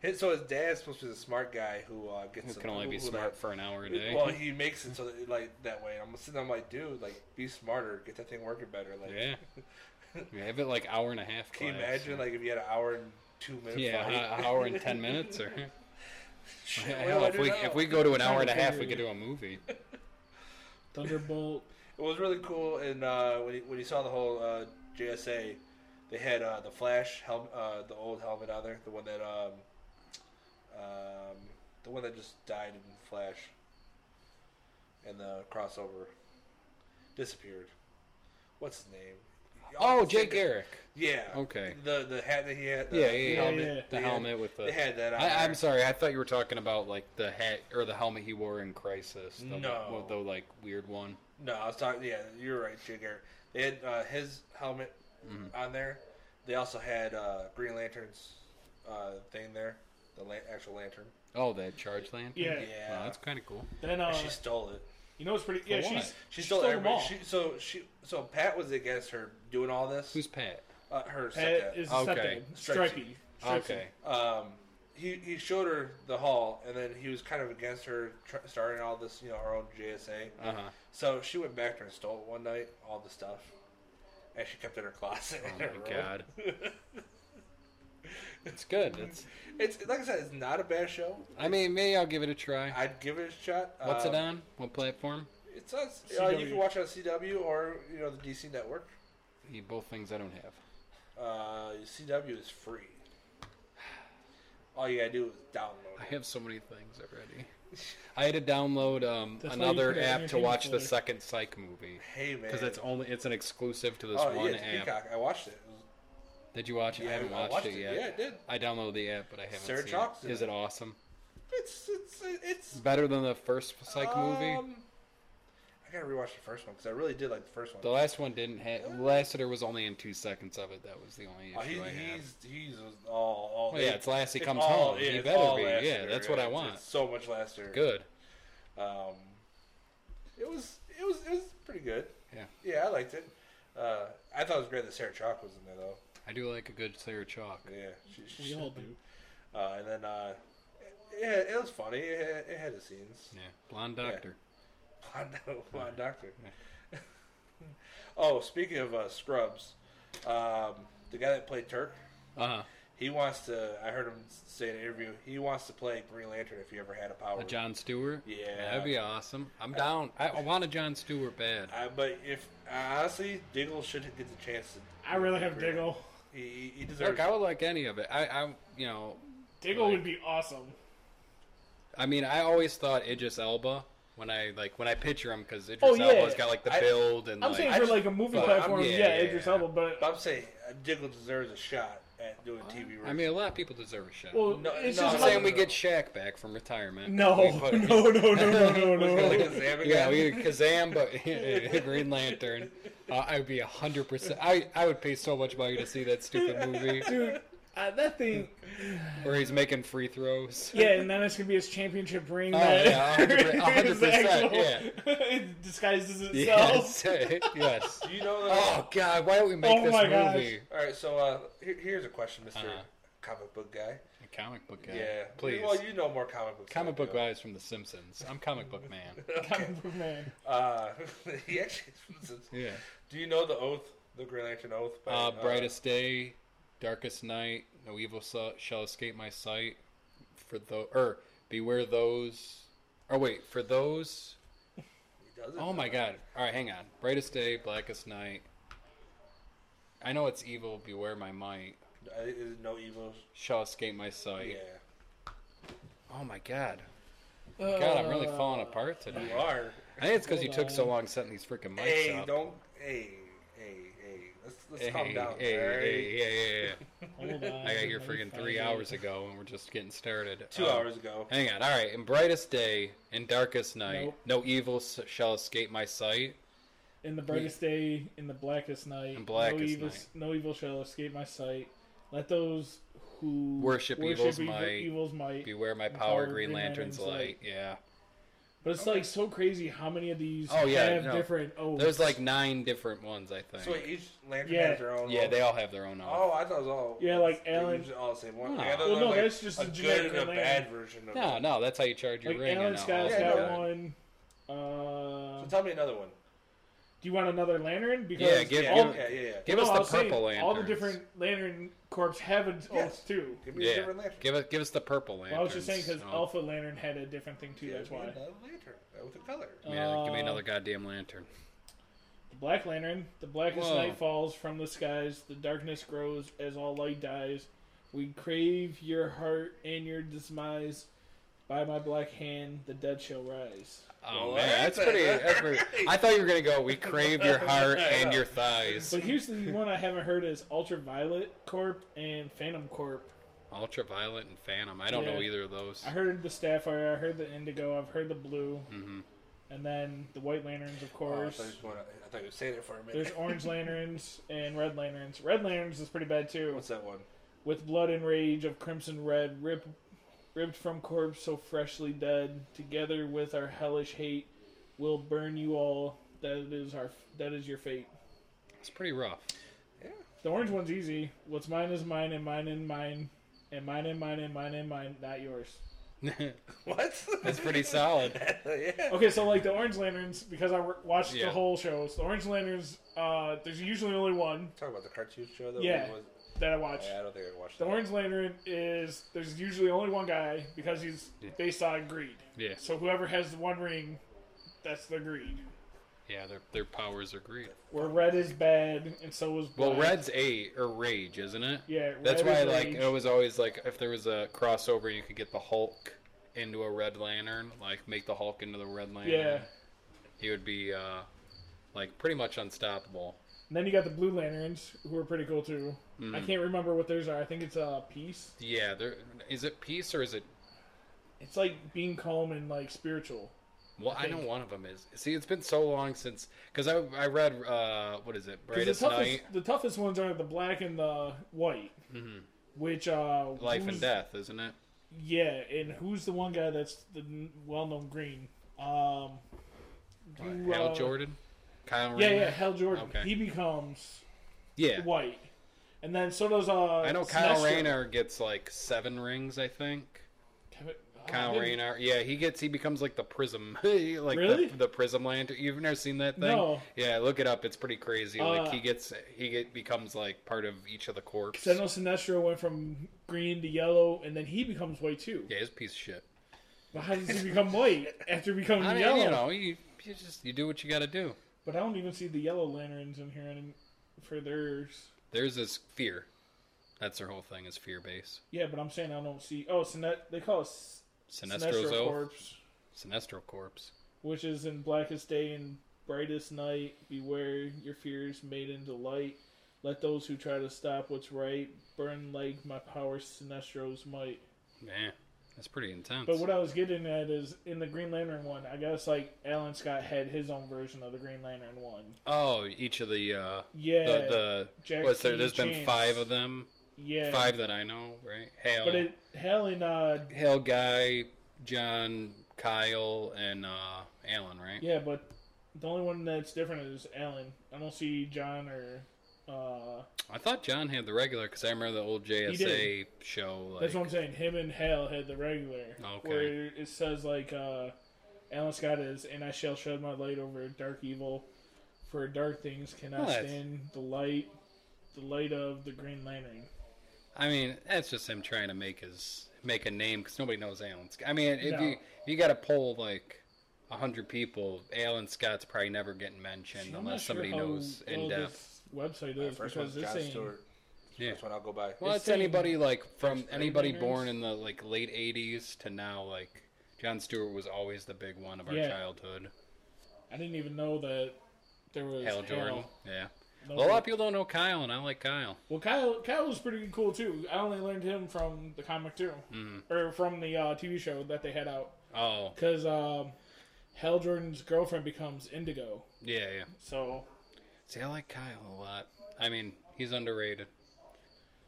Speaker 1: his, so his dad's supposed to be the smart guy who uh, gets
Speaker 2: It
Speaker 1: him-
Speaker 2: can only
Speaker 1: who-
Speaker 2: be
Speaker 1: who, like,
Speaker 2: smart for an hour a day.
Speaker 1: Well, he makes it so that like that way. I'm sitting. there, I'm like, dude, like be smarter, get that thing working better. Like,
Speaker 2: yeah. You have it like hour and a half.
Speaker 1: can you
Speaker 2: class.
Speaker 1: imagine like if you had an hour and two minutes?
Speaker 2: Yeah, an hour and ten minutes, or
Speaker 1: Shit, what do
Speaker 2: hell,
Speaker 1: I
Speaker 2: if
Speaker 1: do
Speaker 2: we
Speaker 1: now?
Speaker 2: if we go to an hour and a half, we
Speaker 3: Figure
Speaker 2: could
Speaker 3: it
Speaker 2: do a movie.
Speaker 1: Oh,
Speaker 3: Thunderbolt.
Speaker 1: It was really cool, and uh, when you, when you saw the whole uh, JSA, they had uh, the Flash helm, uh, the old helmet on there, the one that um, um, the one that just died in Flash, and the crossover disappeared. What's his name?
Speaker 2: Oh, Jake
Speaker 1: Garrett.
Speaker 2: Eric.
Speaker 1: Yeah.
Speaker 2: Okay.
Speaker 1: The the hat that he had. The
Speaker 2: Yeah, yeah, yeah.
Speaker 1: helmet.
Speaker 3: Yeah, yeah.
Speaker 2: The
Speaker 1: They had-
Speaker 2: helmet with the.
Speaker 1: They had that. On
Speaker 2: I, I'm
Speaker 1: there.
Speaker 2: sorry, I thought you were talking about like the hat or the helmet he wore in Crisis. The,
Speaker 1: No.
Speaker 2: the like weird one.
Speaker 1: No, I was talking. Yeah, you're right, Jake Garrett. They had uh, his helmet
Speaker 2: Mm-hmm.
Speaker 1: on there. They also had uh, Green Lantern's uh, thing there, the lan- actual lantern.
Speaker 2: Oh, that charge lantern.
Speaker 3: Yeah.
Speaker 1: Yeah,
Speaker 2: Wow, that's kind of cool.
Speaker 3: Then
Speaker 1: And
Speaker 3: uh,
Speaker 1: she stole it.
Speaker 3: you know it's pretty. Yeah,
Speaker 2: what?
Speaker 3: she's
Speaker 1: She
Speaker 3: she
Speaker 1: stole,
Speaker 3: stole them
Speaker 1: everybody.
Speaker 3: all.
Speaker 1: She, so she, so Pat was against her doing all this.
Speaker 2: Who's Pat?
Speaker 1: uh, her
Speaker 3: Pat
Speaker 1: stepdad.
Speaker 3: is
Speaker 2: Okay.
Speaker 3: okay.
Speaker 1: Stripey.
Speaker 3: Stripey. Stripey.
Speaker 2: Okay.
Speaker 1: um, he he showed her the hall, and then he was kind of against her tr- starting all this, you know, her own JSA.
Speaker 2: Uh huh.
Speaker 1: So she went back to her and stole it one night, all the stuff, and she kept it in her closet.
Speaker 2: Oh
Speaker 1: in her
Speaker 2: my
Speaker 1: room.
Speaker 2: god. It's good. It's.
Speaker 1: It's like I said, it's not a bad show.
Speaker 2: I mean, maybe I'll give it a try.
Speaker 1: I'd give it a shot.
Speaker 2: What's
Speaker 1: Um,
Speaker 2: it on? What platform?
Speaker 1: It's on. Uh, you
Speaker 3: CW.
Speaker 1: can watch it on CW or you know the DC network.
Speaker 2: Yeah, Both things I don't have.
Speaker 1: Uh, CW is free. All you gotta do is
Speaker 2: I
Speaker 1: download. it.
Speaker 2: have so many things already. I had to download um,
Speaker 3: That's why you
Speaker 2: another
Speaker 3: put it on
Speaker 2: app
Speaker 3: your
Speaker 2: to watch
Speaker 3: Kindle
Speaker 2: the
Speaker 3: folder.
Speaker 2: second Psych movie
Speaker 1: Hey man,
Speaker 2: because it's only it's an exclusive to this
Speaker 1: oh
Speaker 2: one
Speaker 1: yeah, it's
Speaker 2: app.
Speaker 1: Peacock. I watched it. It was-
Speaker 2: Did you watch it?
Speaker 1: Yeah,
Speaker 2: I haven't
Speaker 1: I
Speaker 2: watched,
Speaker 1: watched
Speaker 2: it
Speaker 1: it.
Speaker 2: yet.
Speaker 1: Yeah, I did.
Speaker 2: I downloaded the app, but I haven't
Speaker 1: Sarah
Speaker 2: seen
Speaker 1: Chalk's in
Speaker 2: it. Is
Speaker 1: it.
Speaker 2: it awesome?
Speaker 1: It's it's it's
Speaker 2: Better than the first Psych movie.
Speaker 1: um, I gotta rewatch the first one because I really did like the first one.
Speaker 2: The last one didn't have. Lassiter was only in two seconds of it. That was the only issue
Speaker 1: Oh, he,
Speaker 2: I had.
Speaker 1: he's he's all all.
Speaker 2: Well, yeah, it's Lassie
Speaker 1: it's
Speaker 2: comes
Speaker 1: all-
Speaker 2: home.
Speaker 1: yeah,
Speaker 2: he
Speaker 1: it's
Speaker 2: better
Speaker 1: all
Speaker 2: be.
Speaker 1: Lassiter,
Speaker 2: yeah, that's what I
Speaker 1: It's-
Speaker 2: want.
Speaker 1: it's so much Laster.
Speaker 2: Good.
Speaker 1: Um, it was it was it was pretty good.
Speaker 2: Yeah.
Speaker 1: Yeah, I liked it. Uh, I thought it was great that Sarah Chalk was in there though.
Speaker 2: I do like a good Sarah Chalk.
Speaker 1: Yeah, she,
Speaker 3: We
Speaker 1: she,
Speaker 3: all do.
Speaker 1: uh, and then uh, yeah, it was funny. It had, it had its scenes.
Speaker 2: Yeah, blonde doctor.
Speaker 1: Blonde, blonde doctor. oh, speaking of uh, Scrubs, um, the guy that played Turk,
Speaker 2: Uh huh.
Speaker 1: he wants to. I heard him say in an interview he wants to play Green Lantern if he ever had a power.
Speaker 2: A John Stewart?
Speaker 1: Yeah.
Speaker 2: That'd be awesome. I'm down. I, I want a John Stewart bad.
Speaker 1: I, Uh, but if honestly, Diggle should get the chance to.
Speaker 3: I really have Diggle.
Speaker 1: He, he- he deserves.
Speaker 2: Look, I would like any of it. I, I, you know,
Speaker 3: Diggle
Speaker 2: Right.
Speaker 3: would be awesome.
Speaker 2: I mean, I always thought Idris Elba when I like when I picture him because Idris
Speaker 3: Oh, yeah.
Speaker 2: Elba's got like the
Speaker 1: I-
Speaker 2: build and
Speaker 3: I'm
Speaker 2: like
Speaker 3: saying
Speaker 1: I
Speaker 3: for
Speaker 1: just-
Speaker 3: like a movie
Speaker 1: but I'm-
Speaker 3: platform,
Speaker 2: yeah,
Speaker 3: yeah,
Speaker 2: yeah,
Speaker 3: Idris
Speaker 2: yeah.
Speaker 3: Elba, but
Speaker 1: But I'm saying uh, Diggle deserves a shot at doing TV.
Speaker 2: I mean, a lot of people deserve a shot.
Speaker 3: well,
Speaker 1: No,
Speaker 3: it's
Speaker 1: no,
Speaker 2: I'm
Speaker 1: no,
Speaker 3: just
Speaker 2: saying
Speaker 3: like,
Speaker 1: no,
Speaker 2: we
Speaker 1: no.
Speaker 2: get Shaq back from retirement.
Speaker 3: no,
Speaker 2: We put-
Speaker 3: no, no, no, no, no, no,
Speaker 1: Like
Speaker 3: no.
Speaker 1: a Zab
Speaker 2: Yeah,
Speaker 1: again?
Speaker 2: we get Kazam, but Green Lantern. Uh, I would be hundred percent. I I would pay so much money to see that stupid movie
Speaker 3: dude. Uh, that thing,
Speaker 2: where he's making free throws.
Speaker 3: yeah, and then it's gonna be his championship ring.
Speaker 2: Oh,
Speaker 3: that
Speaker 2: yeah, 100%,
Speaker 3: is
Speaker 2: 100%,
Speaker 3: actual-
Speaker 2: yeah.
Speaker 3: it disguises itself.
Speaker 2: Yes. yes.
Speaker 1: Do you know? That,
Speaker 2: Oh God, why don't we make
Speaker 3: Oh
Speaker 2: this
Speaker 3: my gosh.
Speaker 2: movie?
Speaker 1: All right, so uh, here, here's a question, Mister
Speaker 2: Uh-huh.
Speaker 1: Comic Book Guy.
Speaker 2: A comic book guy.
Speaker 1: Yeah,
Speaker 2: Please.
Speaker 1: Well, you know more comic books. than I
Speaker 2: comic book
Speaker 1: do.
Speaker 2: guys from The Simpsons. I'm comic book man.
Speaker 3: Comic book man.
Speaker 1: Uh, he actually.
Speaker 2: Yeah.
Speaker 1: Do you know the Oath, the Green Lantern Oath? By,
Speaker 2: Uh, brightest day, darkest night, no evil so- shall escape my sight. For though, or beware those. Or wait, for those.
Speaker 1: he does it.
Speaker 2: Oh my God! All right, hang on. Brightest day, blackest night. I know it's evil. Beware my might.
Speaker 1: Uh, Is it no evil?
Speaker 2: Shall escape my sight.
Speaker 1: Yeah,
Speaker 2: Oh my God! God, I'm really
Speaker 1: Uh,
Speaker 2: falling apart today.
Speaker 1: you are.
Speaker 2: I think it's because you
Speaker 3: Hold
Speaker 2: took so
Speaker 3: on.
Speaker 2: long setting these freaking mics
Speaker 1: Hey,
Speaker 2: up.
Speaker 1: don't. Hey, hey, hey. Let's let's
Speaker 2: Hey,
Speaker 1: calm down.
Speaker 2: hey,
Speaker 1: all right?
Speaker 2: hey, yeah, yeah, yeah.
Speaker 3: Hold on,
Speaker 2: I got here
Speaker 3: let me
Speaker 2: freaking three
Speaker 3: find it.
Speaker 2: hours ago, and we're just getting started.
Speaker 1: Two
Speaker 2: Um,
Speaker 1: hours ago.
Speaker 2: Hang on. All right. In brightest day, in darkest night,
Speaker 3: Nope.
Speaker 2: no evil s- shall escape my sight.
Speaker 3: In the brightest day, in the blackest night,
Speaker 2: In blackest
Speaker 3: no evil,
Speaker 2: night.
Speaker 3: no evil shall escape my sight. Let those who
Speaker 2: Worship evil's
Speaker 3: evil-
Speaker 2: might
Speaker 3: evil's might.
Speaker 2: Beware my power, green lantern's light. Yeah.
Speaker 3: But it's like so crazy how many of these
Speaker 2: Oh, yeah,
Speaker 3: have
Speaker 2: no.
Speaker 3: different. Oh,
Speaker 2: There's like nine different ones, I think.
Speaker 1: So wait, each lantern
Speaker 3: Yeah.
Speaker 1: has their own.
Speaker 2: yeah,
Speaker 1: little-
Speaker 2: they all have their own.
Speaker 1: Oh, I thought it was all.
Speaker 3: Yeah, like
Speaker 1: they
Speaker 3: Alan-
Speaker 1: usually all the same one.
Speaker 2: No.
Speaker 1: Like, I thought it
Speaker 3: Well,
Speaker 1: was
Speaker 3: no,
Speaker 1: like
Speaker 3: that's just
Speaker 1: a
Speaker 3: the
Speaker 1: good
Speaker 3: generic
Speaker 1: and a
Speaker 3: Atlanta.
Speaker 1: bad version of
Speaker 2: No,
Speaker 1: it.
Speaker 2: no, that's how you charge your
Speaker 3: like
Speaker 2: ring.
Speaker 3: Alan
Speaker 2: and all
Speaker 3: Scott's
Speaker 2: that
Speaker 1: Yeah,
Speaker 3: got
Speaker 2: stuff.
Speaker 3: one.
Speaker 1: So
Speaker 3: Uh,
Speaker 1: tell me another one.
Speaker 3: do you want another lantern? Because
Speaker 2: Yeah, give-
Speaker 1: Yeah,
Speaker 3: all,
Speaker 2: give-
Speaker 1: okay, yeah, yeah.
Speaker 2: Give
Speaker 3: no,
Speaker 2: us
Speaker 3: I
Speaker 2: the
Speaker 3: was saying
Speaker 2: purple lantern.
Speaker 3: All the different lantern corps have an
Speaker 1: Yes.
Speaker 3: oath too.
Speaker 1: Give me a
Speaker 2: Yeah,
Speaker 1: different lantern.
Speaker 2: give us give us the purple lantern.
Speaker 3: Well, I was just saying
Speaker 2: Oh.
Speaker 3: because Alpha Lantern had a different thing too.
Speaker 1: Yeah,
Speaker 3: that's
Speaker 1: give me
Speaker 3: why
Speaker 1: another lantern uh, with a color.
Speaker 2: Yeah, give me
Speaker 3: Uh,
Speaker 2: another goddamn lantern.
Speaker 3: the Black Lantern, the blackest
Speaker 2: Whoa.
Speaker 3: night falls from the skies. The darkness grows as all light dies. We crave your heart and your demise. By my black hand, the dead shall rise.
Speaker 2: Oh
Speaker 1: Well,
Speaker 2: man,
Speaker 1: that's
Speaker 2: that's pretty.
Speaker 1: it,
Speaker 2: That's pretty
Speaker 1: alright.
Speaker 2: I thought you were gonna go. We crave your heart and your thighs.
Speaker 3: But here's the one I haven't heard is Ultraviolet Corp and Phantom Corp.
Speaker 2: Ultraviolet and Phantom. I don't know
Speaker 3: Yeah.
Speaker 2: either of those.
Speaker 3: I heard the Sapphire, I heard the Indigo, I've heard the Blue,
Speaker 2: hmm
Speaker 3: and then the White Lanterns, of
Speaker 1: Oh, I
Speaker 3: course.
Speaker 1: thought you was going. I thought you were saying it for a minute.
Speaker 3: There's Orange Lanterns and Red Lanterns. Red Lanterns is pretty bad too.
Speaker 1: What's that one?
Speaker 3: with blood and rage of crimson red, rip, ripped from corpse so freshly dead, together with our hellish hate, we'll burn you all. That is our, that is your fate.
Speaker 2: It's pretty rough.
Speaker 3: The orange one's easy. What's mine is mine, and mine and mine, and mine and mine and mine and mine, not yours.
Speaker 2: it's
Speaker 1: What?
Speaker 2: pretty solid.
Speaker 1: yeah.
Speaker 3: Okay, so like the orange lanterns, because I re- watched
Speaker 2: Yeah.
Speaker 3: the whole show. So the orange lanterns, uh, there's usually only one
Speaker 1: Talk about the cartoon show though.
Speaker 3: Yeah.
Speaker 1: It was-
Speaker 3: that I watched.
Speaker 1: Oh, yeah, I don't think I watched
Speaker 3: The
Speaker 1: that.
Speaker 3: orange lantern is there's usually only one guy because he's
Speaker 2: Yeah.
Speaker 3: based on greed.
Speaker 2: Yeah,
Speaker 3: So whoever has the one ring, that's the greed.
Speaker 2: yeah. Their their powers are great.
Speaker 3: Where red is bad, and so is black.
Speaker 2: Well, red's a or rage, isn't it?
Speaker 3: Yeah,
Speaker 2: That's
Speaker 3: red
Speaker 2: why,
Speaker 3: is
Speaker 2: like,
Speaker 3: rage.
Speaker 2: it was always like if there was a crossover, and you could get the Hulk into a Red Lantern, like make the Hulk into the Red Lantern.
Speaker 3: yeah.
Speaker 2: he would be uh, like pretty much unstoppable.
Speaker 3: And then you got the blue lanterns, who are pretty cool too.
Speaker 2: Mm-hmm.
Speaker 3: I can't remember what theirs are. I think it's uh, peace.
Speaker 2: Yeah, there is it peace or is it?
Speaker 3: It's like being calm and like spiritual.
Speaker 2: Well, I, know
Speaker 3: think-
Speaker 2: one of them is. See, it's been so long since because I I read uh, what is it
Speaker 3: 'Cause The
Speaker 2: brightest night, Mm-hmm.
Speaker 3: toughest, the toughest ones are the black and the white. Which uh,
Speaker 2: life
Speaker 3: who's-
Speaker 2: and death, isn't it?
Speaker 3: Yeah, and who's the one guy that's the n- well-known green? Um, who,
Speaker 2: Hal
Speaker 3: uh,
Speaker 2: Jordan, Kyle.
Speaker 3: Yeah,
Speaker 2: Rayner?
Speaker 3: yeah, Hal Jordan.
Speaker 2: Okay.
Speaker 3: He becomes
Speaker 2: yeah.
Speaker 3: white, and then so does uh.
Speaker 2: I know Kyle
Speaker 3: Sinestro.
Speaker 2: Rayner gets like seven rings, I think.
Speaker 3: Kevin- oh, I
Speaker 2: Kyle
Speaker 3: didn't-
Speaker 2: Rayner. Yeah, he gets he becomes like the prism, like
Speaker 3: Really?
Speaker 2: the, the prism lantern. You've never seen that thing?
Speaker 3: No.
Speaker 2: Yeah, look it up. It's pretty crazy. like
Speaker 3: Uh,
Speaker 2: he gets he get becomes like part of each of the corps.
Speaker 3: 'Cause I know Sinestro went from green to yellow, and then he becomes white too.
Speaker 2: Yeah, he's a piece of shit.
Speaker 3: But how does he become white after becoming
Speaker 2: I mean,
Speaker 3: yellow?
Speaker 2: you know, you, you just you do what you got to do.
Speaker 3: But I don't even see the yellow lanterns in here any- for theirs.
Speaker 2: There's this fear. That's their whole thing is fear base.
Speaker 3: Yeah, but I'm saying I don't see. Oh, Sinet- they call it S-
Speaker 2: Sinestro's
Speaker 3: Sinestro
Speaker 2: oath,
Speaker 3: corpse,
Speaker 2: Sinestro corpse.
Speaker 3: which is in blackest day and brightest night. Beware your fears made into light. Let those who try to stop what's right burn like my power, Sinestro's might.
Speaker 2: Man, that's pretty intense.
Speaker 3: But what I was getting at is in the Green Lantern one, I guess like Alan Scott had his own version of the Green Lantern one.
Speaker 2: oh, each of the uh,
Speaker 3: Yeah,
Speaker 2: the the
Speaker 3: Jack
Speaker 2: what's there?
Speaker 3: E.
Speaker 2: There's been
Speaker 3: Chance.
Speaker 2: five of them.
Speaker 3: yeah,
Speaker 2: Five that I know, right? Hale,
Speaker 3: But it Hal and uh,
Speaker 2: Hale guy, John, Kyle, and uh, Alan, right?
Speaker 3: yeah, but the only one that's different is Alan. I don't see John or uh.
Speaker 2: I thought John had the regular because I remember the old JSA show. Like,
Speaker 3: that's what I'm saying. Him and Hal had the regular
Speaker 2: Okay.
Speaker 3: where it says like uh, Alan Scott is, and I shall shed my light over dark evil, for dark things cannot
Speaker 2: Well, that's-
Speaker 3: stand the light, the light of the Green Lantern.
Speaker 2: I mean, that's just him trying to make his make a name because nobody knows Alan. Scott. I mean, if
Speaker 3: No.
Speaker 2: you if you got to poll like a hundred people, Alan Scott's probably never getting mentioned
Speaker 3: See, I'm not
Speaker 2: unless
Speaker 3: sure
Speaker 2: somebody
Speaker 3: how
Speaker 2: knows in
Speaker 3: well
Speaker 2: depth.
Speaker 3: this Website
Speaker 1: Uh,
Speaker 3: is
Speaker 1: first one's
Speaker 3: because this
Speaker 1: John
Speaker 3: ain't.
Speaker 1: Stewart.
Speaker 2: Yeah.
Speaker 1: First one I'll go by.
Speaker 2: Well,
Speaker 3: This
Speaker 2: it's anybody
Speaker 3: thing-
Speaker 2: like from
Speaker 3: First
Speaker 2: anybody
Speaker 3: Raiders?
Speaker 2: born in the like late '80s to now. Like John Stewart was always the big one of our
Speaker 3: Yeah.
Speaker 2: childhood.
Speaker 3: I didn't even know that there was
Speaker 2: Hal Jordan, yeah.
Speaker 3: No,
Speaker 2: Well, a lot of people don't know Kyle, and I like Kyle.
Speaker 3: well, Kyle Kyle was pretty cool too. I only learned him from the comic too,
Speaker 2: Mm-hmm.
Speaker 3: or from the uh, TV show that they had out
Speaker 2: Oh,
Speaker 3: because um, Hal Jordan's girlfriend becomes Indigo.
Speaker 2: yeah, yeah.
Speaker 3: So
Speaker 2: See, I like Kyle a lot. I mean, he's underrated.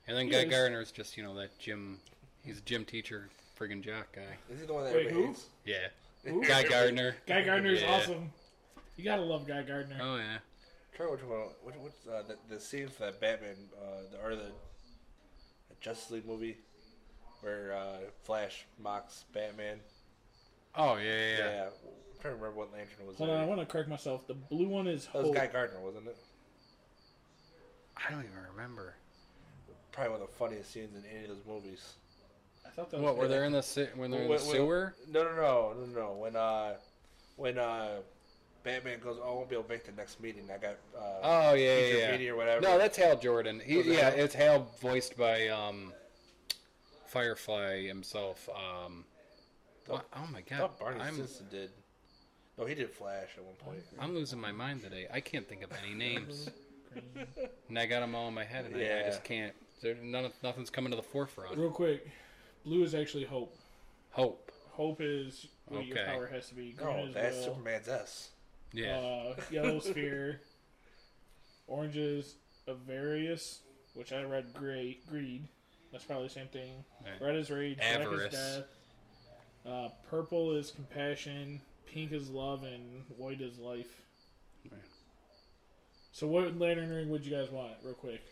Speaker 2: And then
Speaker 3: He
Speaker 2: Guy
Speaker 3: is.
Speaker 2: Gardner is just, you know, that gym. He's a gym teacher, friggin' jock guy.
Speaker 1: Is he the one that
Speaker 3: Wait,
Speaker 1: everybody
Speaker 3: who?
Speaker 1: hates?
Speaker 2: Yeah.
Speaker 3: Ooh.
Speaker 2: Guy Gardner.
Speaker 3: Guy Gardner is
Speaker 2: Yeah.
Speaker 3: awesome. You gotta love Guy Gardner.
Speaker 2: Oh yeah.
Speaker 1: Try which one? Which, what's uh, the, the scene for that Batman uh, the, or the, the Justice League movie where uh, Flash mocks Batman?
Speaker 2: Oh yeah, yeah,
Speaker 1: Yeah.
Speaker 2: yeah.
Speaker 1: I'm trying to remember what Lantern was.
Speaker 3: Hold
Speaker 1: in
Speaker 3: on, I
Speaker 1: it.
Speaker 3: want to correct myself. The blue one is
Speaker 1: That was
Speaker 3: Hope.
Speaker 1: Guy Gardner, wasn't it?
Speaker 2: I don't even remember.
Speaker 1: Probably one of the funniest scenes in any of those movies.
Speaker 3: I thought that
Speaker 2: What
Speaker 3: was
Speaker 2: were they in the si- when they're in the
Speaker 1: When- when-
Speaker 2: sewer?
Speaker 1: No, no, no, no, no. When uh, when uh, Batman goes, oh, I won't be able to make the next meeting. I got uh,
Speaker 2: Oh yeah,
Speaker 1: future
Speaker 2: yeah.
Speaker 1: meeting
Speaker 2: yeah.
Speaker 1: or whatever.
Speaker 2: No, that's Hal Jordan. He,
Speaker 1: Was it
Speaker 2: yeah,
Speaker 1: Hal?
Speaker 2: it's Hal voiced by um, Firefly himself. Um,
Speaker 1: Thought-
Speaker 2: wha- oh my
Speaker 1: I
Speaker 2: god,
Speaker 1: thought Barney
Speaker 2: I'm
Speaker 1: Stinson did. No, he did Flash at one point.
Speaker 2: I'm losing my mind today. I can't think of any names, and I got them all in my head, and I, I
Speaker 1: Yeah.
Speaker 2: just can't. There, none of, nothing's coming to the forefront.
Speaker 3: Real quick, blue is actually Hope.
Speaker 2: Hope.
Speaker 3: Hope is what your
Speaker 2: Okay.
Speaker 3: power has to be. Green
Speaker 1: No,
Speaker 3: is
Speaker 1: Oh, that's
Speaker 3: will.
Speaker 1: Superman's S.
Speaker 2: Yeah.
Speaker 3: Uh, yellow sphere. Orange is Avarius, which I read gray, greed. That's probably the same thing.
Speaker 2: Right.
Speaker 3: Red is rage. Black
Speaker 2: Avarice.
Speaker 3: is death. Uh, purple is compassion. Pink is love, and white is life.
Speaker 2: Right.
Speaker 3: So, what lantern ring would you guys want, real quick?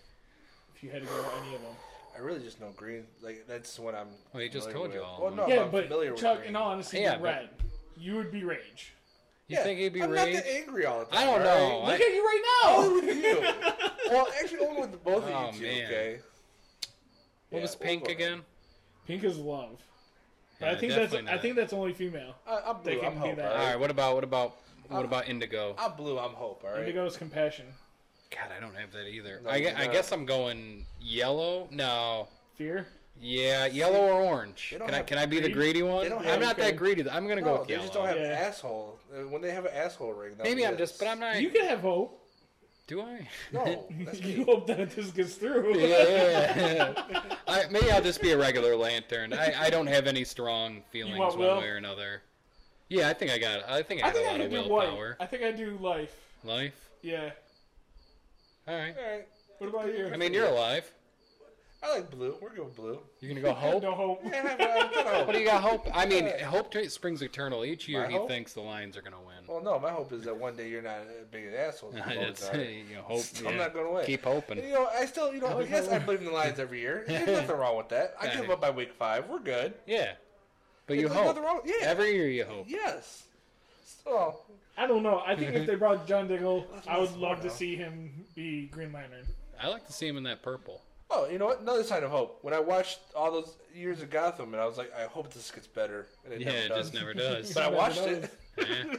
Speaker 3: If you had to go with any of them.
Speaker 1: I really just know green. Like that's what I'm.
Speaker 2: Well, he just
Speaker 1: familiar
Speaker 2: told
Speaker 1: with.
Speaker 2: you all
Speaker 1: Well,
Speaker 2: of
Speaker 1: no,
Speaker 2: them.
Speaker 3: yeah,
Speaker 1: I'm familiar
Speaker 3: but
Speaker 1: with
Speaker 3: Chuck,
Speaker 1: green.
Speaker 3: in all honesty,
Speaker 2: Yeah,
Speaker 3: you're
Speaker 2: but-
Speaker 3: red. You would be rage.
Speaker 2: you think he'd be
Speaker 1: I'm
Speaker 2: rage?
Speaker 1: not that angry all the time.
Speaker 2: I don't know.
Speaker 1: all
Speaker 2: I-
Speaker 3: Look at you right now.
Speaker 1: right? you. Well, actually, only with the both
Speaker 2: Oh,
Speaker 1: of you two.
Speaker 2: man.
Speaker 1: Okay.
Speaker 2: what
Speaker 1: Yeah,
Speaker 2: was
Speaker 1: we'll
Speaker 2: pink
Speaker 1: go
Speaker 2: again?
Speaker 3: Pink is love. But
Speaker 2: Yeah,
Speaker 3: I think that's
Speaker 2: definitely
Speaker 3: I
Speaker 2: not.
Speaker 3: think that's only female.
Speaker 1: I, I'm
Speaker 3: They
Speaker 1: blue.
Speaker 3: can
Speaker 1: I'm
Speaker 3: do
Speaker 1: hope.
Speaker 3: that.
Speaker 1: all
Speaker 2: All
Speaker 1: right?
Speaker 2: right. What about what about what
Speaker 1: Uh,
Speaker 2: about indigo?
Speaker 1: I'm blue. I'm hope. All right.
Speaker 3: Indigo is compassion,
Speaker 2: God, I don't have that either.
Speaker 1: No,
Speaker 2: I,
Speaker 1: you
Speaker 2: gue- I
Speaker 1: don't.
Speaker 2: guess I'm going yellow. No.
Speaker 3: fear.
Speaker 2: Yeah, yellow or orange.
Speaker 1: They don't
Speaker 2: Can I
Speaker 1: have
Speaker 2: can I be the greedy one?
Speaker 1: don't
Speaker 2: I'm
Speaker 1: have-
Speaker 2: not
Speaker 3: okay.
Speaker 2: that greedy. though. I'm gonna go
Speaker 1: No,
Speaker 2: with
Speaker 1: they
Speaker 2: yellow.
Speaker 1: just don't have an
Speaker 3: Yeah.
Speaker 1: asshole. Uh, When they have an asshole ring, that'll
Speaker 2: Maybe
Speaker 1: be
Speaker 2: I'm
Speaker 1: it.
Speaker 2: just, but I'm not.
Speaker 3: You can have hope.
Speaker 2: do I?
Speaker 1: No, that's
Speaker 3: you
Speaker 1: me.
Speaker 3: hope that this gets through.
Speaker 2: yeah. I, maybe I'll just be a regular lantern. I, I don't have any strong feelings
Speaker 3: want
Speaker 2: one
Speaker 3: will?
Speaker 2: way or another. Yeah, I think I got. I think I
Speaker 3: I
Speaker 2: had
Speaker 3: think
Speaker 2: a
Speaker 3: I
Speaker 2: lot
Speaker 3: could
Speaker 2: of
Speaker 3: do white.
Speaker 2: willpower.
Speaker 3: I think I do life.
Speaker 2: Life.
Speaker 3: Yeah.
Speaker 2: All right.
Speaker 1: All right.
Speaker 3: What about you?
Speaker 2: I mean, you're alive.
Speaker 1: I like blue. We're going blue.
Speaker 2: You're gonna go hope.
Speaker 3: No hope.
Speaker 1: Yeah, I- I- I-
Speaker 2: What do you got? Hope. I mean, hope t- springs eternal. Each year,
Speaker 1: My
Speaker 2: he
Speaker 1: hope? Oh,
Speaker 2: thinks the Lions are gonna win.
Speaker 1: Well, no, my hope is that one day you're not as big an asshole. as you both
Speaker 2: That's,
Speaker 1: are.
Speaker 2: you know, hope.
Speaker 1: I'm
Speaker 2: yeah.
Speaker 1: not going away.
Speaker 2: Keep
Speaker 1: And,
Speaker 2: hoping.
Speaker 1: you know, I still, you know, yes, I believe in the Lions every year. There's nothing wrong with that. I give up by week five. We're good.
Speaker 2: Yeah, but you
Speaker 1: There's
Speaker 2: hope
Speaker 1: nothing wrong. Yeah.
Speaker 2: every year. You hope.
Speaker 1: Yes. So,
Speaker 3: I don't know. I think if they brought John Diggle, I would love to
Speaker 1: Wow.
Speaker 3: see him be Green Lantern.
Speaker 2: I like to see him in that purple.
Speaker 1: oh, you know what? Another sign of hope. When I watched all those years of Gotham, and I was like, I hope this gets better. And it
Speaker 2: Yeah,
Speaker 1: never
Speaker 2: it
Speaker 1: does.
Speaker 2: just never does.
Speaker 1: But I
Speaker 3: Never
Speaker 1: watched
Speaker 3: does.
Speaker 1: it.
Speaker 2: yeah.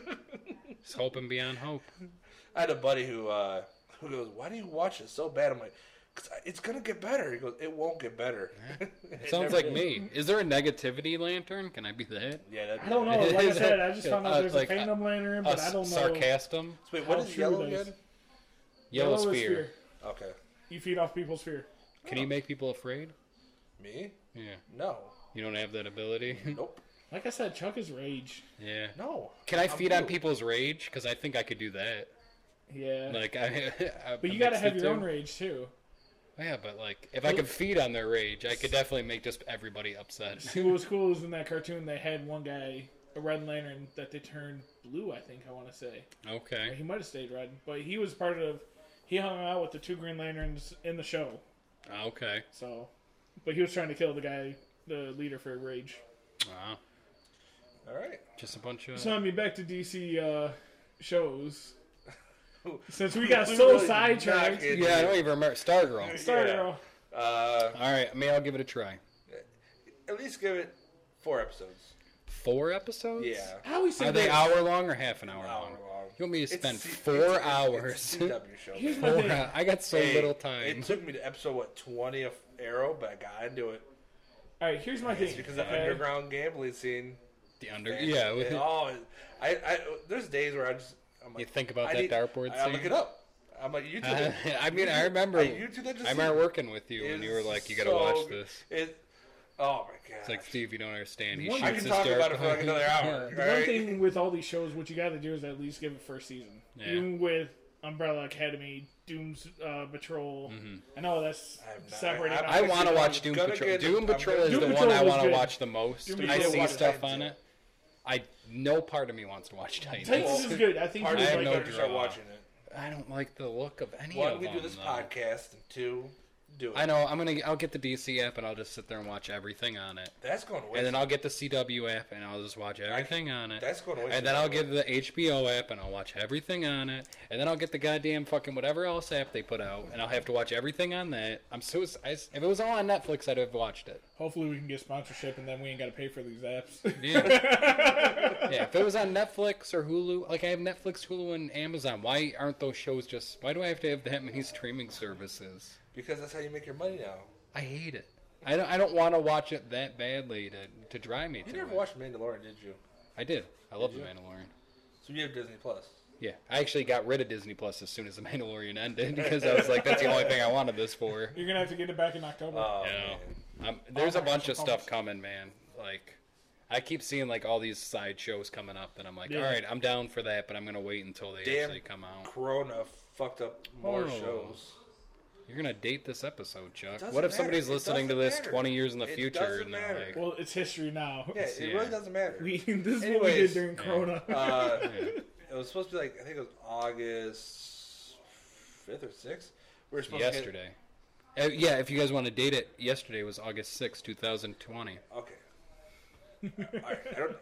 Speaker 2: Just hoping beyond hope.
Speaker 1: I had a buddy who uh, who goes, "Why do you watch it so bad?" I'm like, "Cause I- it's gonna get better." He goes, "It won't get better."
Speaker 2: It sounds
Speaker 1: never
Speaker 2: like
Speaker 1: did.
Speaker 2: me. Is there a negativity lantern? Can I be that?
Speaker 1: Yeah, that'd be
Speaker 3: I don't know. Like I said, I just found out
Speaker 2: Uh,
Speaker 3: there's
Speaker 2: like,
Speaker 3: a Phantom Lantern, but I I
Speaker 2: s-
Speaker 3: don't know.
Speaker 1: So
Speaker 2: sarcastum.
Speaker 1: wait, what
Speaker 3: How
Speaker 1: is
Speaker 3: true
Speaker 1: yellow
Speaker 3: it is.
Speaker 1: again?
Speaker 2: Yellow,
Speaker 3: is
Speaker 2: spear.
Speaker 1: Okay,
Speaker 3: You feed off people's fear.
Speaker 2: Can you make people afraid?
Speaker 1: me?
Speaker 2: Yeah.
Speaker 1: No,
Speaker 2: You don't have that ability.
Speaker 1: nope,
Speaker 3: Like I said, Chuck is rage.
Speaker 2: yeah.
Speaker 1: no.
Speaker 2: Can I
Speaker 1: I'm
Speaker 2: feed on
Speaker 1: blue.
Speaker 2: people's rage? Because I think I could do that.
Speaker 3: Yeah.
Speaker 2: Like I. I
Speaker 3: but
Speaker 2: I
Speaker 3: you gotta
Speaker 2: mix
Speaker 3: have
Speaker 2: the
Speaker 3: your own
Speaker 2: two.
Speaker 3: rage too.
Speaker 2: Yeah, but like if I could feed on their rage, I could definitely make just everybody upset.
Speaker 3: See what was cool is in that cartoon they had one guy, a red lantern, that they turned blue, I think I wanna say.
Speaker 2: Okay.
Speaker 3: He might have stayed red, but he was part of he hung out with the two Green Lanterns in the show.
Speaker 2: Okay.
Speaker 3: So but he was trying to kill the guy the leader for Rage.
Speaker 2: Wow.
Speaker 1: All right.
Speaker 2: Just a bunch of.
Speaker 3: So I mean back to DC uh shows.
Speaker 1: Ooh.
Speaker 3: Since we got
Speaker 1: We
Speaker 3: so
Speaker 1: really did not
Speaker 3: sidetracked.
Speaker 1: get-
Speaker 2: yeah, I don't even remember. Stargirl.
Speaker 3: Sorry,
Speaker 1: Yeah.
Speaker 3: girl.
Speaker 1: Uh,
Speaker 2: All right, I mean, I'll give it a try.
Speaker 1: at least give it four episodes.
Speaker 2: Four episodes?
Speaker 1: Yeah.
Speaker 3: I always
Speaker 2: Are
Speaker 3: think
Speaker 2: they
Speaker 3: that-
Speaker 2: hour long or half an hour
Speaker 1: Hour
Speaker 2: long?
Speaker 1: long.
Speaker 2: You want me to
Speaker 1: It's
Speaker 2: spend
Speaker 1: C- it's-
Speaker 2: four
Speaker 1: it's-
Speaker 2: hours?
Speaker 1: It's CW show.
Speaker 3: Here's
Speaker 1: man.
Speaker 3: my
Speaker 2: Four
Speaker 3: thing.
Speaker 2: hou- I got so
Speaker 1: Hey,
Speaker 2: little
Speaker 1: It
Speaker 2: time.
Speaker 1: took me to episode what twenty of Arrow, but I got into it.
Speaker 3: All right, here's my
Speaker 1: It's
Speaker 3: thing.
Speaker 1: because of the
Speaker 3: okay?
Speaker 1: underground gambling scene.
Speaker 2: The under, yeah.
Speaker 1: It all- I, I, there's days where I just, I'm like,
Speaker 2: You think about
Speaker 1: I
Speaker 2: that
Speaker 1: need-
Speaker 2: dartboard
Speaker 1: I, I
Speaker 2: scene?
Speaker 1: look it up. I'm like, YouTube.
Speaker 2: Uh, I,
Speaker 1: it.
Speaker 2: mean, I remember.
Speaker 1: I YouTube that just
Speaker 2: I remember working with you when you were like, "You gotta
Speaker 1: so
Speaker 2: watch
Speaker 1: good.
Speaker 2: this."
Speaker 1: It, oh my god.
Speaker 2: It's like Steve, you don't understand. He
Speaker 3: One-
Speaker 2: shoots
Speaker 1: I can
Speaker 2: his
Speaker 1: talk
Speaker 2: dart
Speaker 1: about it for like
Speaker 2: behind-
Speaker 1: another hour.
Speaker 2: Yeah.
Speaker 3: The
Speaker 1: all
Speaker 3: one
Speaker 1: right?
Speaker 3: thing with all these shows, what you got to do is at least give it first season.
Speaker 2: Yeah.
Speaker 3: Even with Umbrella Academy, Doom's uh, Patrol,
Speaker 2: Mm-hmm.
Speaker 3: I know that's
Speaker 1: I have not-
Speaker 3: separating.
Speaker 1: I-
Speaker 3: out.
Speaker 2: I want to watch Doom
Speaker 1: Gonna
Speaker 2: Patrol.
Speaker 1: get-
Speaker 2: Doom
Speaker 1: I'm
Speaker 2: Patrol
Speaker 1: gonna-
Speaker 2: is
Speaker 3: Doom
Speaker 2: the
Speaker 3: Patrol
Speaker 2: one I
Speaker 3: was
Speaker 2: want to
Speaker 3: good.
Speaker 2: watch the most.
Speaker 3: Doom
Speaker 2: I
Speaker 3: Patrol
Speaker 2: see
Speaker 3: was
Speaker 2: stuff
Speaker 1: good.
Speaker 2: on it. I no part of me wants to watch Titans.
Speaker 3: Titans is good. I think
Speaker 1: Part
Speaker 3: you
Speaker 1: of
Speaker 2: I
Speaker 1: me wanted
Speaker 2: have
Speaker 3: would
Speaker 2: no
Speaker 3: like
Speaker 1: to
Speaker 3: it.
Speaker 1: start
Speaker 2: draw.
Speaker 1: watching it.
Speaker 2: I don't like the look of any
Speaker 1: One,
Speaker 2: of
Speaker 1: we
Speaker 2: them.
Speaker 1: do this
Speaker 2: though.
Speaker 1: podcast, and two, do it.
Speaker 2: I know. I'm gonna. I'll get the DC app and I'll just sit there and watch everything on it.
Speaker 1: That's going to waste.
Speaker 2: And then I'll get the CW app and I'll just watch everything on it.
Speaker 1: That's going to waste.
Speaker 2: And then I'll get the HBO app and I'll watch everything on it. And then I'll get the goddamn fucking whatever else app they put out and I'll have to watch everything on that. I'm so I, if it was all on Netflix, I'd have watched it.
Speaker 3: Hopefully, we can get sponsorship, and then we ain't got to pay for these apps.
Speaker 2: Yeah. yeah. If it was on Netflix or Hulu, like I have Netflix, Hulu, and Amazon. Why aren't those shows just? Why do I have to have that many streaming services?
Speaker 1: because that's how you make your money now.
Speaker 2: I hate it. I don't. I don't want to watch it that badly to to drive me
Speaker 1: You
Speaker 2: to
Speaker 1: never
Speaker 2: it.
Speaker 1: watched Mandalorian, did you?
Speaker 2: I did. I love The Mandalorian.
Speaker 1: So you have Disney Plus.
Speaker 2: Yeah, I actually got rid of Disney Plus as soon as The Mandalorian ended because I was like, that's the only thing I wanted this for.
Speaker 3: You're gonna have to get it back in October.
Speaker 1: Oh,
Speaker 2: Yeah.
Speaker 1: man.
Speaker 2: Um, there's a bunch of stuff coming, man. Like, I keep seeing like all these side shows coming up, and I'm like,
Speaker 3: Yeah.
Speaker 2: all right, I'm down for that, but I'm gonna wait until they
Speaker 1: Damn.
Speaker 2: actually come out.
Speaker 1: Corona fucked up more
Speaker 2: Oh.
Speaker 1: shows.
Speaker 2: You're gonna date this episode, Chuck.
Speaker 1: Doesn't
Speaker 2: What if
Speaker 1: matter.
Speaker 2: somebody's
Speaker 1: It
Speaker 2: listening to
Speaker 1: doesn't
Speaker 2: this
Speaker 1: matter.
Speaker 2: 20 years in the
Speaker 1: It
Speaker 2: future
Speaker 1: doesn't
Speaker 2: and they're
Speaker 1: matter.
Speaker 2: like,
Speaker 3: well, it's history now.
Speaker 1: Yeah, it
Speaker 2: Yeah.
Speaker 1: really doesn't matter.
Speaker 3: We, this is what we
Speaker 1: Anyways,
Speaker 3: did during
Speaker 2: yeah.
Speaker 3: Corona.
Speaker 1: uh, it was supposed to be like I think it was August fifth or sixth. We were supposed to
Speaker 2: yesterday. Uh, yeah, if you guys want to date it, yesterday was August sixth, 2020.
Speaker 1: get okay. All right, I don't. It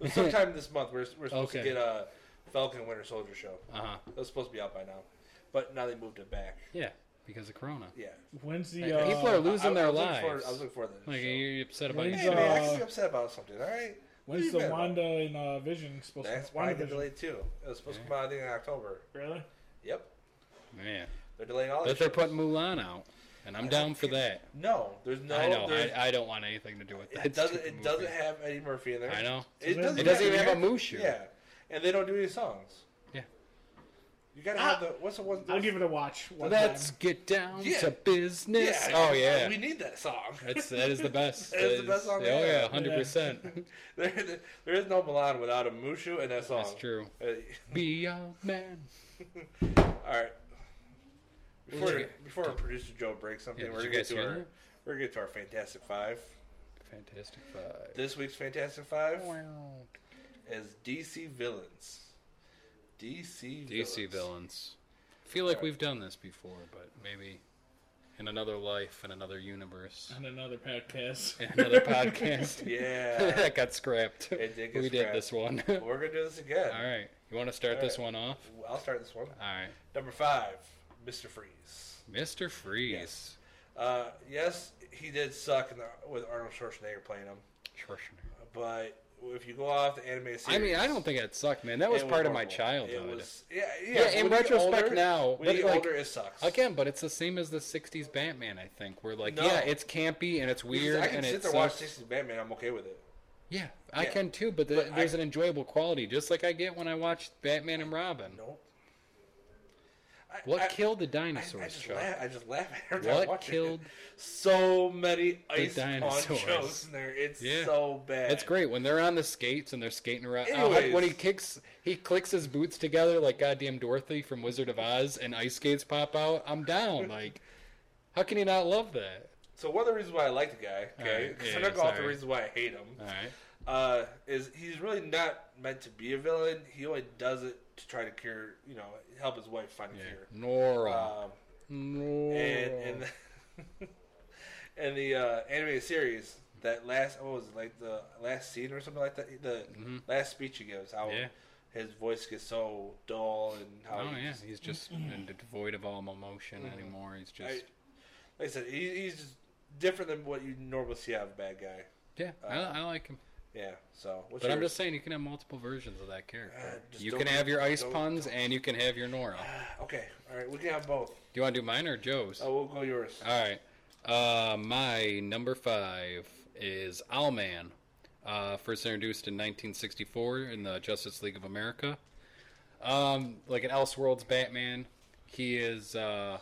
Speaker 1: was sometime this month. We are we are supposed
Speaker 2: Okay.
Speaker 1: to get a Falcon Winter Soldier show.
Speaker 2: Uh huh.
Speaker 1: It was supposed to be out by now, but now they moved it back.
Speaker 2: Yeah, because of Corona.
Speaker 1: Yeah,
Speaker 3: When's the
Speaker 2: Hey, people are
Speaker 3: uh,
Speaker 2: losing
Speaker 1: I, I
Speaker 2: their
Speaker 1: was looking
Speaker 2: lives.
Speaker 1: forward- I was looking forward to
Speaker 2: like,
Speaker 1: this.
Speaker 2: are
Speaker 1: show.
Speaker 2: you upset about
Speaker 3: When's,
Speaker 2: your
Speaker 1: Hey man, I
Speaker 3: uh,
Speaker 1: can be upset about something. All right, What are
Speaker 3: when's
Speaker 1: you
Speaker 3: the
Speaker 1: mad about?
Speaker 3: Wanda and uh, Vision supposed
Speaker 1: That's
Speaker 3: to?
Speaker 1: why they
Speaker 3: Wanda Vision.
Speaker 1: delayed too. It was supposed to come out I think in October.
Speaker 3: Really?
Speaker 1: Yep,
Speaker 2: man?
Speaker 1: they're delaying all.
Speaker 2: But
Speaker 1: these
Speaker 2: they're
Speaker 1: shows.
Speaker 2: putting Mulan out, and I'm down for that.
Speaker 1: No, there's no.
Speaker 2: I know.
Speaker 1: there's-
Speaker 2: I, I don't want anything to do with that.
Speaker 1: It doesn't.
Speaker 2: stupid
Speaker 1: It doesn't
Speaker 2: movie.
Speaker 1: have Eddie Murphy in there.
Speaker 2: I know.
Speaker 1: It doesn't,
Speaker 2: It doesn't
Speaker 1: have
Speaker 2: even have a
Speaker 1: Eddie-
Speaker 2: Mushu.
Speaker 1: Yeah, and they don't do any songs.
Speaker 2: Yeah.
Speaker 1: You gotta
Speaker 3: Ah.
Speaker 1: have the what's the one?
Speaker 3: I'll give it a watch. One
Speaker 2: Let's
Speaker 3: time.
Speaker 2: get down
Speaker 1: Yeah.
Speaker 2: to business.
Speaker 1: Yeah.
Speaker 2: Oh yeah,
Speaker 1: We need that song.
Speaker 2: that's that is the best.
Speaker 1: That is the best song
Speaker 2: Oh
Speaker 1: they
Speaker 2: yeah,
Speaker 1: have.
Speaker 2: hundred percent.
Speaker 1: there, there is no Milan without a Mushu and that song.
Speaker 2: That's true.
Speaker 1: Uh,
Speaker 2: Be a man.
Speaker 1: all right. Before
Speaker 2: Did you-
Speaker 1: before our producer Joe breaks something,
Speaker 2: Yeah, did
Speaker 1: we're
Speaker 2: you
Speaker 1: gonna get
Speaker 2: guys
Speaker 1: to
Speaker 2: hear
Speaker 1: our
Speaker 2: that?
Speaker 1: we're gonna get to our Fantastic Five.
Speaker 2: Fantastic Five.
Speaker 1: This week's Fantastic Five
Speaker 2: Wow.
Speaker 1: is DC villains. DC
Speaker 2: DC villains. I feel like we've done this before, but maybe in another life, in another universe,
Speaker 3: on another podcast.
Speaker 2: in another podcast.
Speaker 1: Yeah.
Speaker 2: that got scrapped.
Speaker 1: It did get
Speaker 2: we did
Speaker 1: scrapped.
Speaker 2: this one.
Speaker 1: But we're gonna do this again.
Speaker 2: All right. You want to start
Speaker 1: All
Speaker 2: this
Speaker 1: right.
Speaker 2: one off?
Speaker 1: I'll start this one.
Speaker 2: All right.
Speaker 1: Number five, Mr. Freeze.
Speaker 2: Mr. Freeze.
Speaker 1: Yes. Uh, yes, he did suck in the, with Arnold Schwarzenegger playing him,
Speaker 2: Schwarzenegger.
Speaker 1: but if you go off the anime series,
Speaker 2: I mean, I don't think that sucked, man. That was,
Speaker 1: it
Speaker 2: part of my
Speaker 1: horrible.
Speaker 2: childhood.
Speaker 1: It was, yeah, yeah.
Speaker 2: Yeah, in
Speaker 1: when you get
Speaker 2: retrospect
Speaker 1: older-
Speaker 2: now,
Speaker 1: when
Speaker 2: but
Speaker 1: you get
Speaker 2: like-
Speaker 1: older, it sucks.
Speaker 2: Again, but it's the same as the '60s Batman. I think we're like,
Speaker 1: No.
Speaker 2: yeah, it's campy and it's weird
Speaker 1: I can
Speaker 2: and
Speaker 1: sit
Speaker 2: it
Speaker 1: there and watch
Speaker 2: sucks.
Speaker 1: 60s Batman. I'm okay with it.
Speaker 2: Yeah, I
Speaker 1: Yeah.
Speaker 2: can too, but, the,
Speaker 1: But I-
Speaker 2: there's an enjoyable quality, just like I get when I watch Batman and Robin.
Speaker 1: Nope. I,
Speaker 2: What
Speaker 1: I,
Speaker 2: killed the
Speaker 1: I, I
Speaker 2: dinosaurs,
Speaker 1: just
Speaker 2: Chuck?
Speaker 1: laugh. I just laugh every time I
Speaker 2: What
Speaker 1: watch
Speaker 2: killed
Speaker 1: it. So many ice
Speaker 2: dinosaurs?
Speaker 1: ponchos in there. It's
Speaker 2: Yeah.
Speaker 1: so bad.
Speaker 2: It's great when they're on the skates and they're skating around. Oh,
Speaker 1: Anyways.
Speaker 2: when he kicks, he clicks his boots together like goddamn Dorothy from Wizard of Oz, and ice skates pop out. I'm down. Like, how can you not love that?
Speaker 1: So one of the reasons why I like the guy, okay,
Speaker 2: Alright,
Speaker 1: because
Speaker 2: yeah,
Speaker 1: I'm not going off the
Speaker 2: sorry.
Speaker 1: reasons why I hate him,
Speaker 2: All right.
Speaker 1: uh, is he's really not meant to be a villain. He only does it to try to cure, you know, help his wife find a cure.
Speaker 2: Nora.
Speaker 1: Um,
Speaker 2: Nora.
Speaker 1: and and the, and the uh, animated series that last what was it, like the last scene or something like that, the last speech he gives, how
Speaker 2: Mm-hmm. Yeah.
Speaker 1: his voice gets so dull and how
Speaker 2: oh
Speaker 1: he
Speaker 2: yeah,
Speaker 1: just-
Speaker 2: he's just and devoid of all emotion anymore. He's just
Speaker 1: Mm-hmm. I- like I said, he, he's just different than what you normally see out of a bad guy.
Speaker 2: yeah.
Speaker 1: uh,
Speaker 2: I, I like him,
Speaker 1: Yeah, so what's
Speaker 2: but I'm
Speaker 1: yours?
Speaker 2: just saying you can have multiple versions of that
Speaker 1: Uh,
Speaker 2: character.
Speaker 1: just
Speaker 2: you
Speaker 1: don't
Speaker 2: can
Speaker 1: do-
Speaker 2: have your ice
Speaker 1: don't- Uh,
Speaker 2: puns and you can have your Nora.
Speaker 1: Okay, all right, we can have both.
Speaker 2: Do you want to do mine or Joe's?
Speaker 1: Oh, we'll go yours.
Speaker 2: All right. Uh, my number five is Owlman. Uh, first introduced in 1964 in the Justice League of America. Um, like an Elseworlds Batman, he is uh,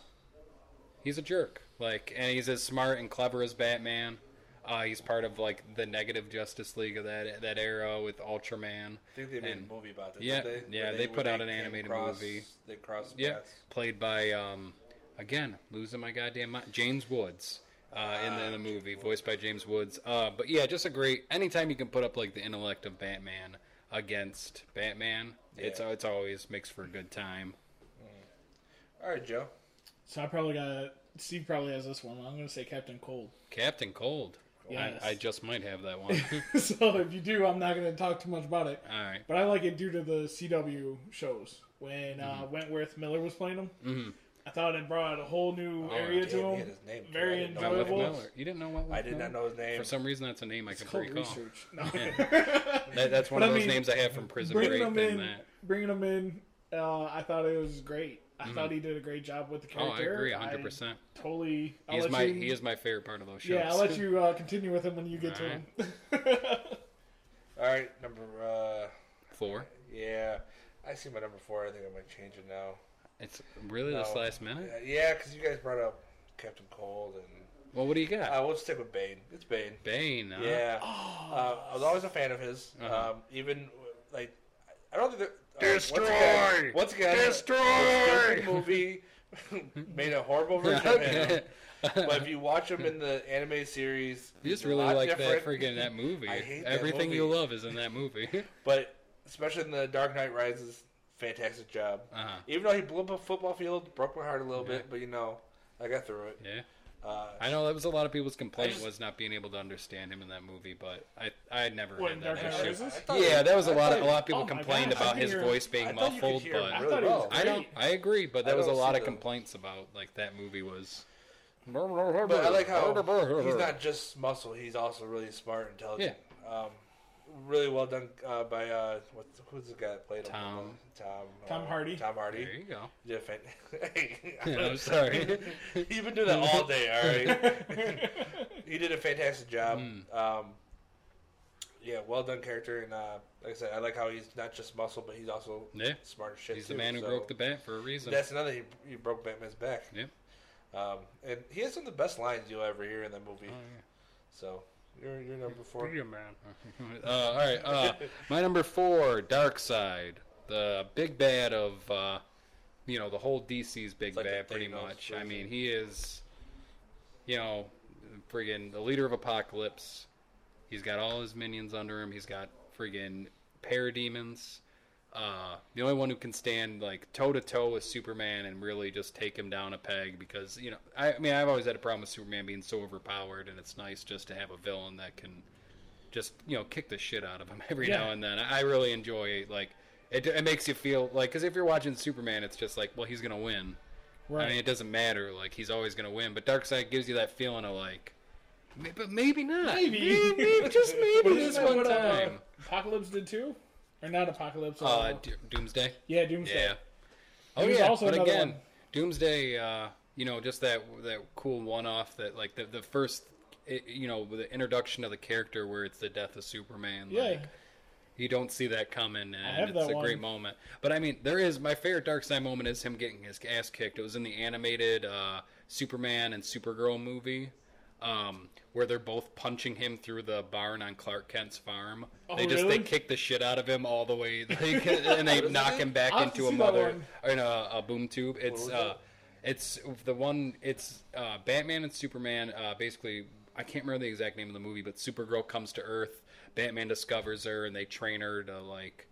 Speaker 2: he's a jerk. Like, and he's as smart and clever as Batman. Uh, he's part of like the negative Justice League of that that era with Ultraman.
Speaker 1: I think they made
Speaker 2: And-
Speaker 1: a movie about this.
Speaker 2: yeah,
Speaker 1: didn't
Speaker 2: yeah,
Speaker 1: Where
Speaker 2: they
Speaker 1: where
Speaker 2: put out an
Speaker 1: came
Speaker 2: animated
Speaker 1: across-
Speaker 2: movie.
Speaker 1: They crossed
Speaker 2: Yeah,
Speaker 1: paths.
Speaker 2: played by um, again losing my goddamn mind, James Woods. uh, in, the, in the movie, voiced by James Woods. Uh, but yeah, just a great. Anytime you can put up like the intellect of Batman against Batman, it's
Speaker 1: Yeah.
Speaker 2: it's always makes for a good time.
Speaker 1: All right, Joe.
Speaker 3: So I probably got Steve probably has this one. I'm gonna say Captain Cold.
Speaker 2: Captain Cold.
Speaker 3: Yes.
Speaker 2: I, I just might have that one.
Speaker 3: so if you do, I'm not gonna talk too much about it.
Speaker 2: All right.
Speaker 3: But I like it due to the CW shows when
Speaker 2: Mm-hmm.
Speaker 3: uh, Wentworth Miller was playing him.
Speaker 2: Mhm.
Speaker 3: I thought it brought a whole new
Speaker 2: Oh,
Speaker 3: area
Speaker 1: Oh, damn,
Speaker 3: to him.
Speaker 1: he had his name.
Speaker 3: Very
Speaker 1: I didn't know
Speaker 2: Wentworth
Speaker 3: enjoyable.
Speaker 1: Wentworth
Speaker 2: Miller. You didn't know Wentworth
Speaker 1: I did not
Speaker 2: Miller?
Speaker 1: know his name.
Speaker 2: For some reason, that's a name I
Speaker 3: It's
Speaker 2: can
Speaker 3: called
Speaker 2: recall.
Speaker 3: research. No.
Speaker 2: That, that's one
Speaker 3: But
Speaker 2: of
Speaker 3: I
Speaker 2: those
Speaker 3: mean,
Speaker 2: names I have from Prison
Speaker 3: bringing
Speaker 2: Break.
Speaker 3: him
Speaker 2: then
Speaker 3: in,
Speaker 2: that.
Speaker 3: bringing him in. Uh, I thought it was great. I thought he did a great job with the
Speaker 2: Mm-hmm. Oh, I
Speaker 3: character.
Speaker 2: agree, hundred percent.
Speaker 3: I Totally. I'll
Speaker 2: He's
Speaker 3: let
Speaker 2: my
Speaker 3: you,
Speaker 2: he is my favorite part of those shows.
Speaker 3: Yeah, I'll let you uh, continue with him when you get to him.
Speaker 1: All right, number. Uh,
Speaker 2: Four.
Speaker 1: yeah, I see my number four. I think I might change it now.
Speaker 2: It's really this
Speaker 1: No.
Speaker 2: last minute.
Speaker 1: Uh, Yeah, because you guys brought up Captain Cold, and
Speaker 2: Well, what do you got?
Speaker 1: uh, we'll stick with Bane. It's Bane.
Speaker 2: Bane. Huh? Oh.
Speaker 1: Yeah, uh, I was always a fan of his.
Speaker 2: Uh-huh.
Speaker 1: Um, even like, I don't think that uh, Once again, once again the stupid movie made a horrible version of him. But if you watch him in the anime series,
Speaker 2: you just
Speaker 1: he's a
Speaker 2: really
Speaker 1: lot
Speaker 2: like that
Speaker 1: different.
Speaker 2: freaking that movie.
Speaker 1: I hate that
Speaker 2: Everything
Speaker 1: movie.
Speaker 2: you love is in that movie.
Speaker 1: But especially in the Dark Knight Rises, fantastic job.
Speaker 2: Uh-huh.
Speaker 1: Even though he blew up a football field, broke my heart a little bit, but you know, I got through it.
Speaker 2: yeah,
Speaker 1: Uh,
Speaker 2: I know that was a lot of people's complaint
Speaker 1: just-
Speaker 2: was not being able to understand him in that movie, but I I never
Speaker 3: What,
Speaker 2: had
Speaker 3: Dark
Speaker 2: that
Speaker 3: Knight
Speaker 2: issue.
Speaker 3: Rises?
Speaker 1: I thought-
Speaker 2: Yeah, that was a
Speaker 1: I
Speaker 2: lot.
Speaker 1: thought
Speaker 2: Of, a
Speaker 1: he-
Speaker 2: lot of people
Speaker 3: Oh my
Speaker 2: complained
Speaker 3: gosh, I
Speaker 2: about
Speaker 3: think
Speaker 2: his
Speaker 3: you're-
Speaker 2: voice
Speaker 1: I
Speaker 2: being
Speaker 1: thought you could
Speaker 2: muffled,
Speaker 1: hear him
Speaker 2: but
Speaker 3: I
Speaker 1: really
Speaker 3: thought he was
Speaker 1: well.
Speaker 2: I don't. I agree, but that
Speaker 1: I
Speaker 2: was a
Speaker 1: don't
Speaker 2: lot
Speaker 1: see
Speaker 2: of
Speaker 1: the-
Speaker 2: complaints about like that movie was.
Speaker 1: But I like how he's not just muscle; he's also really smart, and intelligent. Um, really well done uh, by uh, what, who's the guy that played him?
Speaker 2: Tom.
Speaker 1: Tom. uh,
Speaker 3: Tom Hardy.
Speaker 1: Tom
Speaker 2: There
Speaker 1: Hardy.
Speaker 2: you go.
Speaker 1: Yeah, fan-
Speaker 2: I'm sorry.
Speaker 1: You've been doing that all day, all right. he did a fantastic job.
Speaker 2: Hmm.
Speaker 1: Um, yeah, well done character, and uh, like I said, I like how he's not just muscle, but he's also
Speaker 2: Yeah,
Speaker 1: smart as shit.
Speaker 2: he's the
Speaker 1: too,
Speaker 2: man who
Speaker 1: so-
Speaker 2: broke the bat for a reason.
Speaker 1: That's another he, he broke Batman's back.
Speaker 2: Yep.
Speaker 1: Um, and he has some of the best lines you'll ever hear in that movie.
Speaker 2: Oh, yeah.
Speaker 1: So you're you're number four.
Speaker 2: Uh, all right, uh, my number four, Dark Side, the big bad of, uh, you know, the whole DC's big
Speaker 1: It's like
Speaker 2: bad,
Speaker 1: the
Speaker 2: pretty
Speaker 1: Thanos
Speaker 2: much. I
Speaker 1: version.
Speaker 2: mean, he is, you know, friggin' the leader of Apocalypse. He's got all his minions under him. He's got friggin' parademons. Uh, the only one who can stand like toe to toe with Superman and really just take him down a peg because you know I, I mean I've always had a problem with Superman being so overpowered and it's nice just to have a villain that can just you know kick the shit out of him every
Speaker 3: Yeah.
Speaker 2: now and then. I I really enjoy like it. It makes you feel like because if you're watching Superman, it's just like well he's gonna win. I mean,
Speaker 3: right.
Speaker 2: it doesn't matter. Like he's always gonna win. But Darkseid gives you that feeling of like, "Ma- but maybe not.
Speaker 3: Maybe.
Speaker 2: Yeah, maybe- just maybe
Speaker 3: Isn't
Speaker 2: this
Speaker 3: that
Speaker 2: one
Speaker 3: what, uh,
Speaker 2: time.
Speaker 3: Apocalypse did too, or not Apocalypse? Uh,
Speaker 2: Uh, Do- Doomsday.
Speaker 3: yeah, Doomsday.
Speaker 2: Yeah. Oh
Speaker 3: There's
Speaker 2: yeah.
Speaker 3: also
Speaker 2: but
Speaker 3: another
Speaker 2: again,
Speaker 3: one.
Speaker 2: Doomsday. Uh, you know, just that that cool one-off that like the the first, it, you know, the introduction of the character where it's the death of Superman.
Speaker 3: Yeah.
Speaker 2: Like, you don't see that coming, and
Speaker 3: have
Speaker 2: it's
Speaker 3: that
Speaker 2: a great
Speaker 3: one.
Speaker 2: moment. But I mean, there is my favorite Dark Side moment is him getting his ass kicked. It was in the animated uh, Superman and Supergirl movie, um, where they're both punching him through the barn on Clark Kent's farm.
Speaker 3: Oh,
Speaker 2: they just
Speaker 3: really?
Speaker 2: they kick the shit out of him all the way, like, and they
Speaker 1: What is
Speaker 2: knock
Speaker 1: it?
Speaker 2: him back
Speaker 3: I'll have
Speaker 2: into
Speaker 3: to
Speaker 2: a
Speaker 3: see that
Speaker 2: mother
Speaker 3: one.
Speaker 2: or in a, a boom tube. It's
Speaker 1: was
Speaker 2: uh, it's the one. It's uh, Batman and Superman. Uh, basically, I can't remember the exact name of the movie, but Supergirl comes to Earth. Batman discovers her, and they train her to like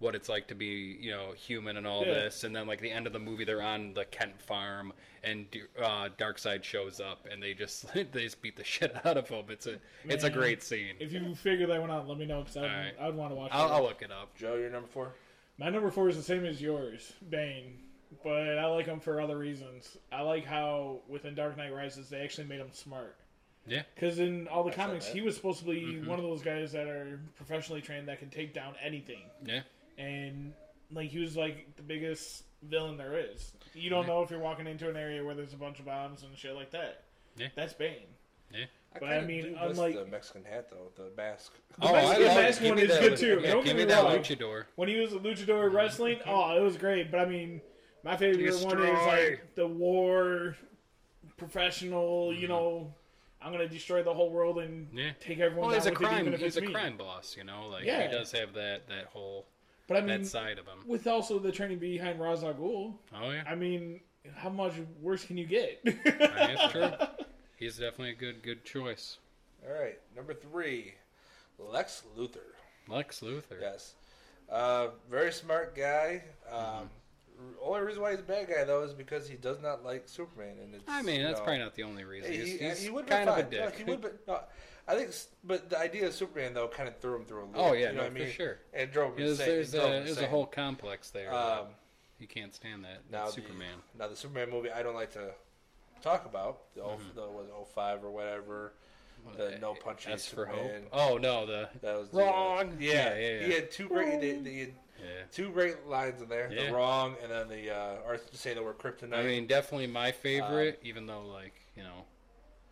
Speaker 2: what it's like to be you know human and all
Speaker 3: Yeah.
Speaker 2: this. And then like the end of the movie, they're on the Kent farm, and D- uh, Darkseid shows up, and they just they just beat the shit out of him. It's a it's a
Speaker 3: Man.
Speaker 2: great scene.
Speaker 3: If you figure that one out, let me know because I'd,
Speaker 2: Alright.
Speaker 3: I'd want to watch.
Speaker 2: I'll,
Speaker 3: that.
Speaker 2: I'll look it up.
Speaker 1: Joe, you're number four.
Speaker 3: My number four is the same as yours, Bane, but I like him for other reasons. I like how within Dark Knight Rises they actually made him smart.
Speaker 2: Yeah.
Speaker 3: Because in all the
Speaker 1: saw
Speaker 3: comics,
Speaker 1: that.
Speaker 3: he was supposed to be
Speaker 2: Mm-hmm.
Speaker 3: one of those guys that are professionally trained that can take down anything,
Speaker 2: Yeah.
Speaker 3: and like he was like the biggest villain there is. You don't know if you're walking into an area where there's a bunch of bombs and shit like that.
Speaker 2: Yeah.
Speaker 3: That's Bane. But I
Speaker 1: kinda
Speaker 3: mean,
Speaker 1: do miss
Speaker 3: unlike-
Speaker 1: the Mexican hat though, the mask.
Speaker 2: oh, I
Speaker 3: Mexican
Speaker 2: love it.
Speaker 3: mask
Speaker 2: Give
Speaker 3: one
Speaker 2: me
Speaker 3: is
Speaker 2: that-
Speaker 3: good too.
Speaker 2: yeah,
Speaker 3: Don't
Speaker 2: give
Speaker 3: get
Speaker 2: me
Speaker 3: me
Speaker 2: that
Speaker 3: wrong.
Speaker 2: luchador.
Speaker 3: When he was a luchador wrestling, oh, it was great. But I mean, my favorite one is
Speaker 2: Destroy.
Speaker 3: like the war professional. You know, I'm gonna destroy the whole world and
Speaker 2: Yeah.
Speaker 3: take everyone
Speaker 2: Well,
Speaker 3: down
Speaker 2: he's a
Speaker 3: with it,
Speaker 2: crime.
Speaker 3: even if
Speaker 2: He's
Speaker 3: it's
Speaker 2: a
Speaker 3: me.
Speaker 2: crime boss, you know. Like
Speaker 3: Yeah.
Speaker 2: he does have that that whole
Speaker 3: But I
Speaker 2: that
Speaker 3: mean,
Speaker 2: side of him.
Speaker 3: with also the training behind Ra's al Ghul,
Speaker 2: Oh yeah,
Speaker 3: I mean, how much worse can you get?
Speaker 2: Uh, I mean, it's true. He's definitely a good good choice.
Speaker 1: All right, number three, Lex Luthor.
Speaker 2: Lex Luthor.
Speaker 1: Yes, uh, very smart guy. Um,
Speaker 2: Mm-hmm.
Speaker 1: r- Only reason why he's a bad guy though is because he does not like Superman, and it's,
Speaker 2: I mean,
Speaker 1: you
Speaker 2: that's
Speaker 1: know,
Speaker 2: probably not the only reason.
Speaker 1: He,
Speaker 2: He's,
Speaker 1: he,
Speaker 2: he's
Speaker 1: he would
Speaker 2: kind of a
Speaker 1: fine. No,
Speaker 2: dick.
Speaker 1: he would, but no, I think. s- But the idea of Superman though kind of threw him through a loop.
Speaker 2: oh yeah,
Speaker 1: you know
Speaker 2: no,
Speaker 1: what I mean?
Speaker 2: for sure.
Speaker 1: And drove him
Speaker 2: There's,
Speaker 1: insane.
Speaker 2: there's
Speaker 1: it drove
Speaker 2: a
Speaker 1: him
Speaker 2: there's a
Speaker 1: insane.
Speaker 2: whole complex there. that
Speaker 1: Um,
Speaker 2: you can't stand that.
Speaker 1: now
Speaker 2: It's
Speaker 1: the-
Speaker 2: Superman.
Speaker 1: Now the Superman movie I don't like to talk about the, old
Speaker 2: Mm-hmm.
Speaker 1: the was it 05 or whatever. The no punching
Speaker 2: That's for hope.
Speaker 1: Superman.
Speaker 2: Oh no, the
Speaker 1: That was
Speaker 2: Wrong.
Speaker 1: The, uh, yeah,
Speaker 2: Yeah, yeah, yeah.
Speaker 1: he had two great they, they had
Speaker 2: yeah.
Speaker 1: two great lines in there.
Speaker 2: Yeah.
Speaker 1: The wrong and then the uh, Arthur saying the word kryptonite.
Speaker 2: I mean, definitely my favorite.
Speaker 1: Um,
Speaker 2: even though, like you know,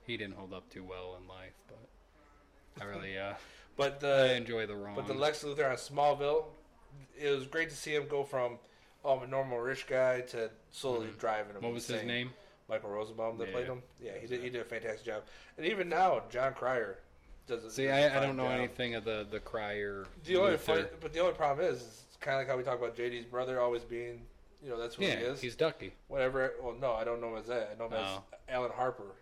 Speaker 2: he didn't hold up too well in life, but I really uh,
Speaker 1: but
Speaker 2: I
Speaker 1: the
Speaker 2: enjoy the wrong.
Speaker 1: but the Lex Luthor on Smallville, it was great to see him go from oh, a normal rich guy to slowly driving him.
Speaker 2: Mm-hmm. what was his
Speaker 1: insane.
Speaker 2: name?
Speaker 1: Michael Rosenbaum that
Speaker 2: Yeah.
Speaker 1: played him. Yeah, he did. He did a fantastic job. And even now, John Cryer does. a-
Speaker 2: See,
Speaker 1: does a
Speaker 2: I, I
Speaker 1: fine
Speaker 2: don't know
Speaker 1: job.
Speaker 2: anything of the the Crier.
Speaker 1: The only
Speaker 2: Luthor.
Speaker 1: fun, but the only problem is, it's kind of like how we talk about JD's brother always being, you know, that's who
Speaker 2: yeah,
Speaker 1: he is.
Speaker 2: he's Ducky.
Speaker 1: Whatever. Well, no, I don't know him as that. I know him
Speaker 2: Oh.
Speaker 1: as Alan Harper.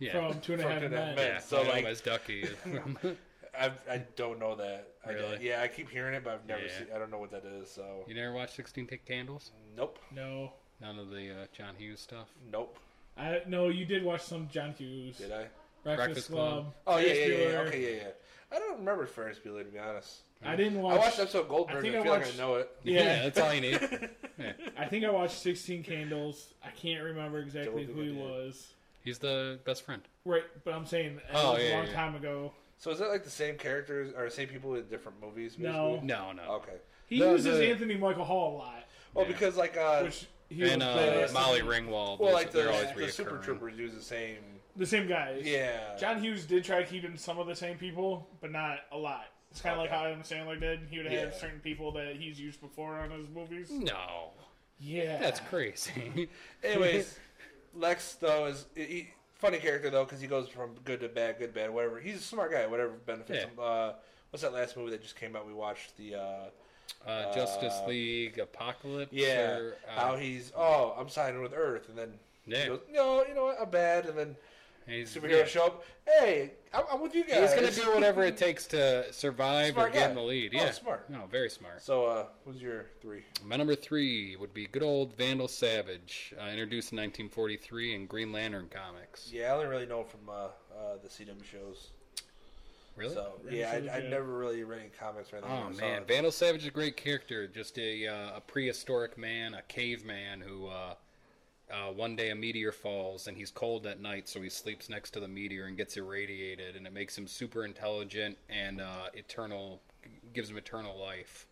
Speaker 2: Yeah.
Speaker 3: from Two and a
Speaker 1: From
Speaker 3: Half
Speaker 1: Two and a Half
Speaker 3: Men.
Speaker 1: Men.
Speaker 2: yeah,
Speaker 1: so,
Speaker 2: I know him
Speaker 1: like-
Speaker 2: as Ducky.
Speaker 1: I I don't know that. I-
Speaker 2: Really?
Speaker 1: yeah, I keep hearing it, but I've never
Speaker 2: Yeah.
Speaker 1: seen. I don't know what that is. So
Speaker 2: you never watched Sixteen Tick Candles?
Speaker 1: nope,
Speaker 3: No,
Speaker 2: None of the uh, John Hughes stuff.
Speaker 1: nope.
Speaker 3: I no. You did watch some John Hughes.
Speaker 1: Did I?
Speaker 3: Breakfast,
Speaker 2: Breakfast
Speaker 3: Club.
Speaker 2: Club.
Speaker 1: Oh yeah,
Speaker 3: Ferris
Speaker 1: yeah, yeah, yeah.
Speaker 3: Bueller.
Speaker 1: Okay, yeah, yeah. I don't remember Ferris Bueller to be honest.
Speaker 3: I didn't
Speaker 1: I
Speaker 3: watch.
Speaker 1: watched episode Goldberg.
Speaker 3: I
Speaker 1: I,
Speaker 3: think
Speaker 1: I
Speaker 3: I
Speaker 1: feel like
Speaker 3: watched-
Speaker 1: I know it.
Speaker 3: Yeah.
Speaker 2: that's all you need. Yeah.
Speaker 3: I think I watched Sixteen Candles. I can't remember exactly
Speaker 1: Don't think
Speaker 3: who
Speaker 1: I
Speaker 3: he
Speaker 1: did.
Speaker 3: was.
Speaker 2: He's the best friend.
Speaker 3: Right, but I'm saying that
Speaker 2: Oh,
Speaker 3: was a
Speaker 2: yeah,
Speaker 3: long
Speaker 2: yeah.
Speaker 3: time ago.
Speaker 1: So is that like the same characters or same people in different movies? Basically?
Speaker 3: No.
Speaker 2: No, no.
Speaker 1: Okay.
Speaker 3: He
Speaker 2: The-
Speaker 3: uses
Speaker 2: the-
Speaker 3: Anthony Michael Hall a lot,
Speaker 1: Well,
Speaker 2: Yeah.
Speaker 1: because like uh,
Speaker 3: which he
Speaker 2: and
Speaker 3: was
Speaker 2: uh,
Speaker 3: badass.
Speaker 2: Molly Ringwald.
Speaker 1: well, like the,
Speaker 2: they're always
Speaker 1: the Super
Speaker 2: reoccurring.
Speaker 1: Troopers use the same.
Speaker 3: the same guys.
Speaker 1: Yeah.
Speaker 3: John Hughes did try to keep in some of the same people, but not a lot. It's kind of like
Speaker 1: Okay.
Speaker 3: how Adam Sandler did. He would have
Speaker 1: Oh, Yeah.
Speaker 3: certain people that he's used before on his movies.
Speaker 2: No,
Speaker 3: Yeah,
Speaker 2: that's crazy.
Speaker 1: Anyways, Lex though is he- he, funny character though because he goes from good to bad, good to bad, whatever. He's a smart guy, whatever benefits
Speaker 2: Yeah.
Speaker 1: him. Uh, what's that last movie that just came out? We watched the uh,
Speaker 2: Uh, Justice
Speaker 1: Uh,
Speaker 2: League Apocalypse.
Speaker 1: yeah,
Speaker 2: or, uh,
Speaker 1: how he's oh I'm siding with Earth, and then
Speaker 2: yeah,
Speaker 1: he goes no, you know what, I'm bad, and then
Speaker 2: he's,
Speaker 1: superheroes
Speaker 2: yeah.
Speaker 1: show up. Hey, I'm, I'm with you guys.
Speaker 2: He's gonna do whatever it takes to survive
Speaker 1: Smart
Speaker 2: or get
Speaker 1: guy.
Speaker 2: in the lead.
Speaker 1: Oh,
Speaker 2: Yeah,
Speaker 1: smart.
Speaker 2: No, very smart.
Speaker 1: So uh, who's your three?
Speaker 2: My number three would be good old Vandal Savage, uh, introduced in 1943 in Green Lantern comics.
Speaker 1: Yeah, I only really know him from uh, uh, the CW shows.
Speaker 2: Really?
Speaker 1: So
Speaker 3: Really?
Speaker 1: yeah,
Speaker 3: Really
Speaker 1: I, I
Speaker 3: good.
Speaker 1: never really read any comics or anything.
Speaker 2: Oh
Speaker 1: I saw
Speaker 2: man,
Speaker 1: it.
Speaker 2: Vandal Savage is a great character. Just a uh, a prehistoric man, a caveman who uh, uh, one day a meteor falls and he's cold at night, so he sleeps next to the meteor and gets irradiated, and it makes him super intelligent and uh, eternal, gives him eternal life.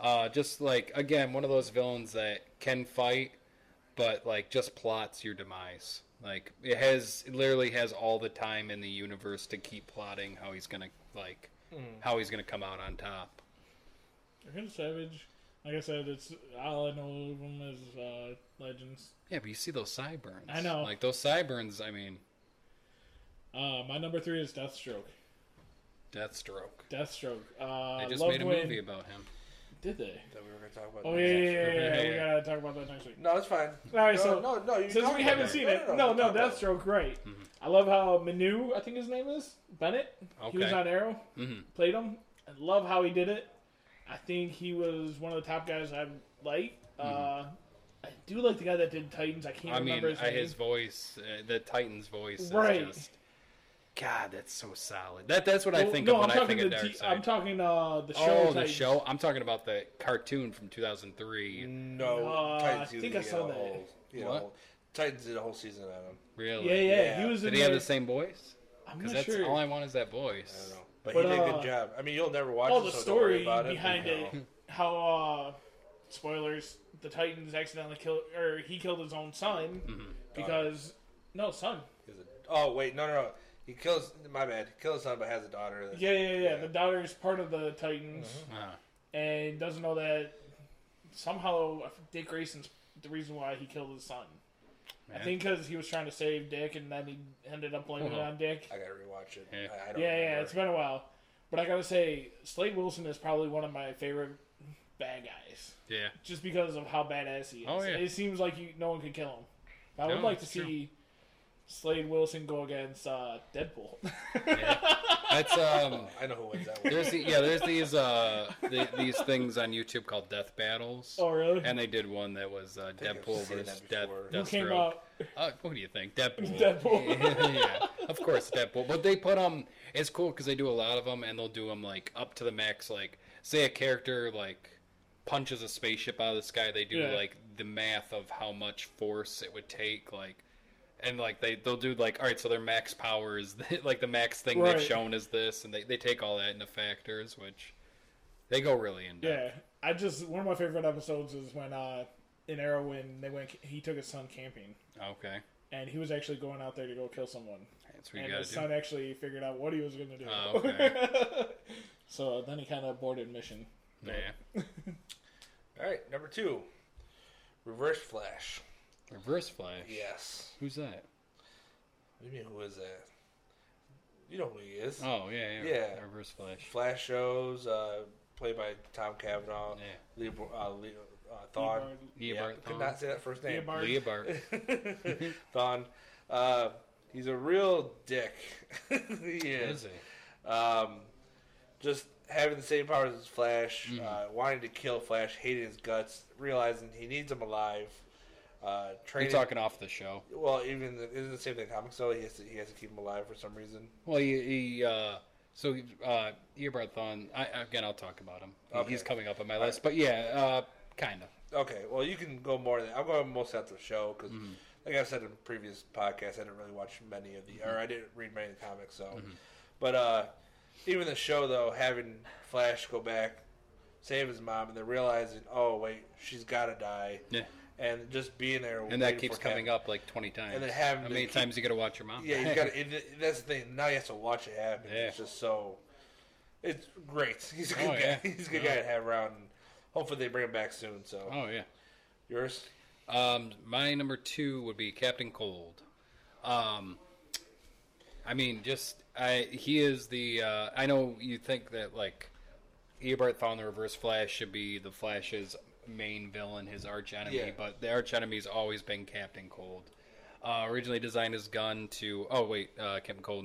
Speaker 2: Uh, just like again, one of those villains that can fight, but like just plots your demise. Like it has it literally has all the time in the universe to keep plotting how he's gonna like how he's gonna come out on top.
Speaker 3: Kind of savage. Like I said, it's all I know of him is uh, Legends.
Speaker 2: Yeah, but you see those sideburns.
Speaker 3: I know.
Speaker 2: Like those sideburns, I mean,
Speaker 3: Uh, my number three is Deathstroke.
Speaker 2: Deathstroke.
Speaker 3: Deathstroke. Uh,
Speaker 2: They just
Speaker 3: loved
Speaker 2: made a
Speaker 3: when-
Speaker 2: movie about him.
Speaker 3: Did they?
Speaker 1: That we were gonna talk about.
Speaker 3: Oh yeah,
Speaker 1: next.
Speaker 3: yeah, yeah, yeah, yeah. We
Speaker 2: Yeah.
Speaker 3: gotta talk about that next week.
Speaker 1: No, it's fine.
Speaker 3: All right,
Speaker 1: no,
Speaker 3: so
Speaker 1: no, no, you
Speaker 3: since
Speaker 1: talk
Speaker 3: we
Speaker 1: about
Speaker 3: haven't seen it, no, no, Deathstroke, great.
Speaker 2: Mm-hmm.
Speaker 3: I love how Manu, I think his name is Bennett. He was
Speaker 2: Okay.
Speaker 3: on Arrow,
Speaker 2: Mhm.
Speaker 3: played him. I love how he did it. I think he was one of the top guys I like. Uh, I do like the guy that did Titans. I can't
Speaker 2: Mm-hmm. I mean,
Speaker 3: remember his
Speaker 2: I,
Speaker 3: name.
Speaker 2: his voice, uh, the Titan's voice, is
Speaker 3: Right.
Speaker 2: just God. That's so solid. That that's what I
Speaker 3: Well,
Speaker 2: think
Speaker 3: no,
Speaker 2: of when
Speaker 3: I'm
Speaker 2: i
Speaker 3: talking
Speaker 2: think of
Speaker 3: the
Speaker 2: Dark
Speaker 3: t- I'm talking uh, the show.
Speaker 2: oh, the
Speaker 3: Titans.
Speaker 2: show. I'm talking about the cartoon from 2003.
Speaker 1: No,
Speaker 3: Uh,
Speaker 1: Titans.
Speaker 3: I
Speaker 1: you
Speaker 3: think
Speaker 1: can
Speaker 3: I
Speaker 1: get
Speaker 3: saw
Speaker 1: a
Speaker 3: that.
Speaker 1: Whole, you know,
Speaker 2: What?
Speaker 1: Titans did a whole season on him.
Speaker 2: Really?
Speaker 3: Yeah, yeah,
Speaker 1: Yeah.
Speaker 3: He was
Speaker 2: Did
Speaker 3: in
Speaker 2: he have
Speaker 3: there.
Speaker 2: the same voice?
Speaker 3: I'm
Speaker 2: Because
Speaker 3: not
Speaker 2: that's
Speaker 3: sure.
Speaker 2: all I want is that
Speaker 1: I
Speaker 2: voice.
Speaker 1: don't know, but,
Speaker 3: But,
Speaker 1: he did a
Speaker 3: uh,
Speaker 1: good job. I mean, you'll never watch
Speaker 3: all
Speaker 1: it,
Speaker 3: Oh, the
Speaker 1: so don't
Speaker 3: story
Speaker 1: worry about it,
Speaker 3: behind
Speaker 1: but, you
Speaker 3: it,
Speaker 1: know.
Speaker 3: how uh, spoilers the titans accidentally killed or he killed his own son
Speaker 2: Mm-hmm.
Speaker 3: because no son
Speaker 1: Is it- Oh wait, no, no, no. He kills. My bad. He kills his son, but has a daughter. That's,
Speaker 3: yeah yeah yeah,
Speaker 1: Yeah.
Speaker 3: the daughter is part of the titans
Speaker 2: Ah,
Speaker 3: and doesn't know that somehow dick grayson's the reason why he killed his son
Speaker 2: man.
Speaker 3: i think because he was trying to save dick and then he ended up blaming it
Speaker 2: Uh-huh.
Speaker 3: on dick
Speaker 1: I gotta rewatch it.
Speaker 2: Yeah.
Speaker 1: I, I don't
Speaker 3: yeah yeah
Speaker 1: remember.
Speaker 3: it's been a while but i gotta say slade wilson is probably one of my favorite bad guys
Speaker 2: yeah.
Speaker 3: just because of how badass he is.
Speaker 2: Oh, yeah.
Speaker 3: It seems like you, no one could kill him. I
Speaker 2: No,
Speaker 3: would like to
Speaker 2: that's true.
Speaker 3: see Slade Wilson go against uh, Deadpool.
Speaker 2: That's um.
Speaker 1: I know who wins that one.
Speaker 2: There's the, yeah. There's these uh the, these things on YouTube called death battles.
Speaker 3: oh really?
Speaker 2: And they did one that was uh,
Speaker 1: think I've
Speaker 2: Deadpool
Speaker 1: seen
Speaker 2: versus
Speaker 1: that
Speaker 2: Death,
Speaker 1: before. Who
Speaker 3: Who came
Speaker 2: Deathstroke.
Speaker 3: out?
Speaker 2: Uh, what do you think? Deadpool.
Speaker 3: Deadpool.
Speaker 2: yeah, of course, Deadpool. But they put them. It's cool because they do a lot of them, and they'll do them like up to the max. Like, say a character like punches a spaceship out of the sky. They do
Speaker 3: Yeah.
Speaker 2: like the math of how much force it would take. Like, and like they they'll do like all right, so their max power is like the max thing
Speaker 3: Right.
Speaker 2: they've shown is this, and they they take all that into factors, which they go really in depth.
Speaker 3: Yeah, I just one of my favorite episodes is when uh, in Arrow when they went he took his son camping
Speaker 2: Okay,
Speaker 3: and he was actually going out there to go kill someone
Speaker 2: that's what you
Speaker 3: and
Speaker 2: gotta
Speaker 3: his
Speaker 2: do.
Speaker 3: son actually figured out what he was going to do.
Speaker 2: Oh, okay.
Speaker 3: so then he kind of aborted mission.
Speaker 2: yeah.
Speaker 1: All right, number two, Reverse Flash.
Speaker 2: Reverse Flash.
Speaker 1: Yes.
Speaker 2: Who's that?
Speaker 1: What do you mean? Who is that? You know who he is.
Speaker 2: Oh yeah, yeah.
Speaker 1: Yeah.
Speaker 2: Reverse Flash.
Speaker 1: Flash shows uh, played by Tom Cavanaugh.
Speaker 2: Yeah.
Speaker 1: Leo, uh, Leo, uh, Thawne. Yeah,
Speaker 2: Eobard
Speaker 1: could
Speaker 2: Thawne.
Speaker 1: not say that first name.
Speaker 3: Eobard.
Speaker 2: Leobard.
Speaker 1: Thawne. Uh, he's a real dick. he
Speaker 2: Is
Speaker 1: is.
Speaker 2: he?
Speaker 1: Um, just having the same powers as Flash, uh, wanting to kill Flash, hating his guts, realizing he needs him alive. Uh,
Speaker 2: You're
Speaker 1: training.
Speaker 2: talking off the show.
Speaker 1: well, even the, isn't the same thing. Comics though he has to he has to keep him alive for some reason.
Speaker 2: Well, he, he uh, so he, uh, Eobard Thawne. I, again, I'll talk about him. He-
Speaker 1: Okay.
Speaker 2: He's coming up on my list, but yeah, uh, kind of.
Speaker 1: Okay, well, you can go more than I'm going most out the show because,
Speaker 2: Mm-hmm.
Speaker 1: like I said in previous podcasts, I didn't really watch many of the or
Speaker 2: Mm-hmm.
Speaker 1: I didn't read many of the comics. So, but uh, even the show though, having Flash go back, save his mom, and then realizing, oh wait, she's got to die,
Speaker 2: Yeah,
Speaker 1: and just being there,
Speaker 2: and that keeps coming up like 20 times.
Speaker 1: And then having
Speaker 2: how
Speaker 1: to
Speaker 2: many
Speaker 1: keep-
Speaker 2: times you gotta watch your mom?
Speaker 1: Yeah, he's got. It, that's the thing. Now you have to watch it happen.
Speaker 2: Yeah.
Speaker 1: It's just so. It's great. He's a good
Speaker 2: Oh,
Speaker 1: guy.
Speaker 2: yeah.
Speaker 1: He's a good
Speaker 2: No.
Speaker 1: guy to have around. And hopefully they bring him back soon. So
Speaker 2: oh yeah.
Speaker 1: yours.
Speaker 2: Um, my number two would be Captain Cold. Um, I mean, just I he is the. Uh, I know you think that like Eobard Thawne, the Reverse Flash, should be the Flash's main villain, his arch enemy,
Speaker 1: Yeah.
Speaker 2: but the arch enemy's always been Captain Cold. Uh, originally designed his gun to oh wait uh, Captain Cold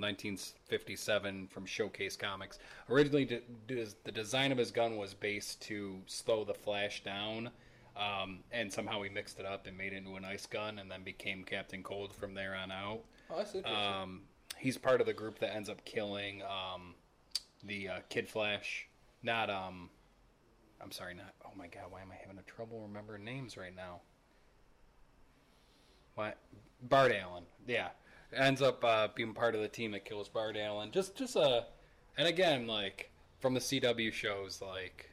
Speaker 2: 1957 from Showcase Comics. Originally, de- des- the design of his gun was based to slow the Flash down, um, and somehow he mixed it up and made it into an ice gun, and then became Captain Cold from there on out.
Speaker 1: Oh, that's interesting.
Speaker 2: Um, he's part of the group that ends up killing um, the uh, Kid Flash. Not um, I'm sorry, not. Oh my God, why am I having a trouble remembering names right now? What Bart Allen? Yeah, ends up uh, being part of the team that kills Bart Allen. Just, just uh, and again, like from the CW shows, like.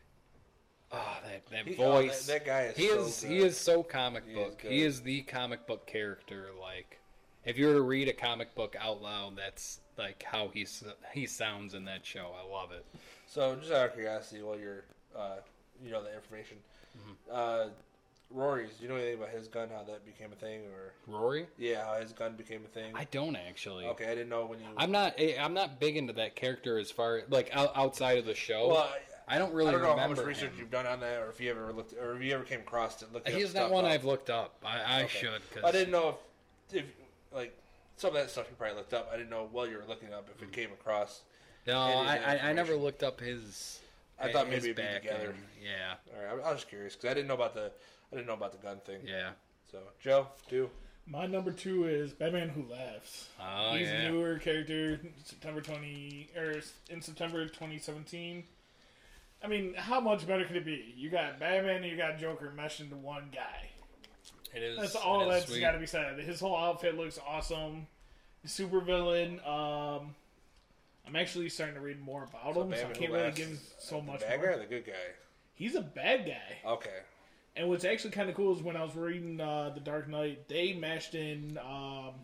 Speaker 2: Ah, that, that
Speaker 1: He- oh, that-
Speaker 2: voice.
Speaker 1: that guy is
Speaker 2: He
Speaker 1: so
Speaker 2: is he
Speaker 1: good.
Speaker 2: is so comic
Speaker 1: He is
Speaker 2: book. he
Speaker 1: good.
Speaker 2: is the comic book character. Like, if you were to read a comic book out loud, that's like how he s- he sounds in that show. I love it.
Speaker 1: So, just out of curiosity, while you're, uh, you know, the information,
Speaker 2: Mm-hmm.
Speaker 1: uh, Rory's. Do you know anything about his gun? How that became a thing, or
Speaker 2: Rory?
Speaker 1: yeah, how his gun became a thing?
Speaker 2: I don't actually.
Speaker 1: okay, I didn't know when you.
Speaker 2: I'm not eh, I'm not big into that character as far like out, outside of the show.
Speaker 1: well, I,
Speaker 2: I don't really
Speaker 1: I don't know how much
Speaker 2: remember
Speaker 1: research
Speaker 2: him.
Speaker 1: you've done on that, or if you ever looked, or if you ever came across it. Looked up
Speaker 2: He's
Speaker 1: stuff
Speaker 2: not one
Speaker 1: up.
Speaker 2: I've looked up. I, I
Speaker 1: Okay.
Speaker 2: should because
Speaker 1: I didn't know if, if like some of that stuff you probably looked up. I didn't know while you were looking up if
Speaker 2: Mm-hmm.
Speaker 1: it came across.
Speaker 2: No,
Speaker 1: It is
Speaker 2: I,
Speaker 1: an
Speaker 2: I, I never
Speaker 1: information.
Speaker 2: looked up his. eh,
Speaker 1: I thought
Speaker 2: his
Speaker 1: maybe it'd be
Speaker 2: back
Speaker 1: together.
Speaker 2: end. Yeah,
Speaker 1: All right, I, I was just curious because I didn't know about the, I didn't know about the gun thing.
Speaker 2: yeah.
Speaker 1: So, Joe, do
Speaker 3: My number two is Batman Who Laughs.
Speaker 2: Oh
Speaker 3: He's
Speaker 2: yeah.
Speaker 3: a newer character, September twenty or in September twenty seventeen. I mean, how much better could it be? You got Batman and you got Joker meshed into one guy.
Speaker 2: It is.
Speaker 3: That's
Speaker 2: it
Speaker 3: all
Speaker 2: is
Speaker 3: that's
Speaker 2: sweet.
Speaker 3: got to be said. His whole outfit looks awesome. Super villain. Um, I'm actually starting to read more about him, so I
Speaker 1: Batman
Speaker 3: can't
Speaker 1: Who
Speaker 3: really
Speaker 1: Laughs
Speaker 3: give so
Speaker 1: the
Speaker 3: much
Speaker 1: bad guy
Speaker 3: more.
Speaker 1: or the good guy?
Speaker 3: He's a bad guy.
Speaker 1: Okay.
Speaker 3: And what's actually kind of cool is when I was reading uh, The Dark Knight, they mashed in um,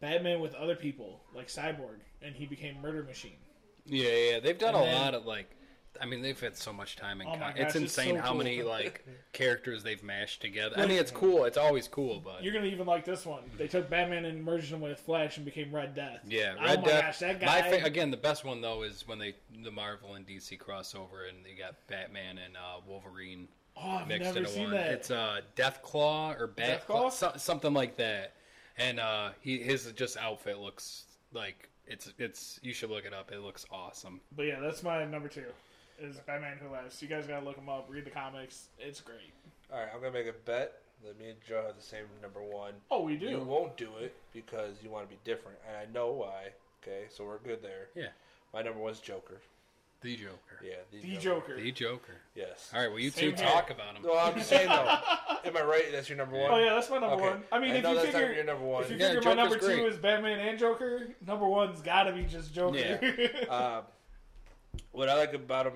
Speaker 3: Batman with other people, like Cyborg, and he became Murder Machine.
Speaker 2: Yeah, yeah. They've done
Speaker 3: And
Speaker 2: a
Speaker 3: then-
Speaker 2: lot of like. I mean, they've had so much time in.
Speaker 3: Oh my
Speaker 2: con- it's
Speaker 3: gosh, it's
Speaker 2: insane
Speaker 3: so
Speaker 2: how
Speaker 3: cool.
Speaker 2: many like characters they've mashed together. I
Speaker 3: Like-
Speaker 2: mean, it's cool. It's always cool, but
Speaker 3: You're gonna even like this one. They took Batman and merged him with Flash and became Red Death.
Speaker 2: yeah,
Speaker 3: Oh
Speaker 2: Red
Speaker 3: my
Speaker 2: Death.
Speaker 3: gosh, that
Speaker 2: My
Speaker 3: guy-
Speaker 2: fa- again, the best one though is when they the Marvel and DC crossover and they got Batman and uh, Wolverine
Speaker 3: Oh, I've
Speaker 2: mixed
Speaker 3: never
Speaker 2: into
Speaker 3: seen
Speaker 2: one.
Speaker 3: that.
Speaker 2: It's uh, Death Claw or Bat
Speaker 3: Death Claw?
Speaker 2: so- something like that. and uh, he his just outfit looks like it's it's you should look it up. It looks awesome.
Speaker 3: But yeah, that's my number two. Is Batman Who Laughs. You guys gotta look him up. Read the comics. It's great.
Speaker 1: All right, I'm gonna make a bet that me and Joe have the same number one.
Speaker 3: Oh, we do.
Speaker 1: You won't do it because you want to be different, and I know why. Okay, so we're good there.
Speaker 2: Yeah.
Speaker 1: My number one's Joker.
Speaker 2: The Joker.
Speaker 1: Yeah,
Speaker 3: the Joker.
Speaker 2: The Joker.
Speaker 1: Yes.
Speaker 2: All right, well you
Speaker 3: Same
Speaker 2: two
Speaker 3: here.
Speaker 2: talk about him.
Speaker 1: No, I'm just saying though. am I right? That's your number one.
Speaker 3: Oh yeah, that's my number
Speaker 1: Okay.
Speaker 3: one. I mean, if
Speaker 1: know
Speaker 3: you
Speaker 1: that's
Speaker 3: figure
Speaker 1: not your number one.
Speaker 3: If you
Speaker 2: Yeah,
Speaker 3: figure my
Speaker 2: Joker's
Speaker 3: number two
Speaker 2: great.
Speaker 3: is Batman and Joker, number one's got to be just Joker.
Speaker 1: Um, what I like about him,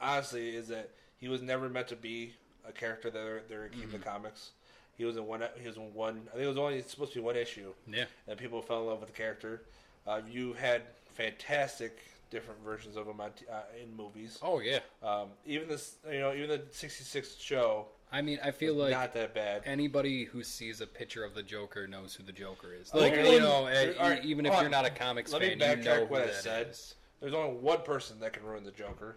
Speaker 1: honestly, is that he was never meant to be a character that they're, they're
Speaker 3: Mm-hmm.
Speaker 1: gonna keep in the comics. He was in one. He was in one. I think it was only supposed to be one issue,
Speaker 2: Yeah.
Speaker 1: and people fell in love with the character. Uh, you had fantastic different versions of him on t- uh, in movies.
Speaker 2: Oh yeah.
Speaker 1: Um, even this, you know, even the '66 show,
Speaker 2: I mean, I feel
Speaker 1: was
Speaker 2: like
Speaker 1: not that bad.
Speaker 2: anybody who sees a picture of the Joker knows who the Joker is.
Speaker 1: Like,
Speaker 2: Like
Speaker 1: Okay.
Speaker 2: you know,
Speaker 1: There-
Speaker 2: e-
Speaker 1: all right,
Speaker 2: even if
Speaker 1: hold
Speaker 2: you're
Speaker 1: on.
Speaker 2: not a comics
Speaker 1: Let me
Speaker 2: fan, you
Speaker 1: backtrack
Speaker 2: know who
Speaker 1: what I
Speaker 2: that
Speaker 1: said.
Speaker 2: is.
Speaker 1: There's only one person that can ruin the Joker.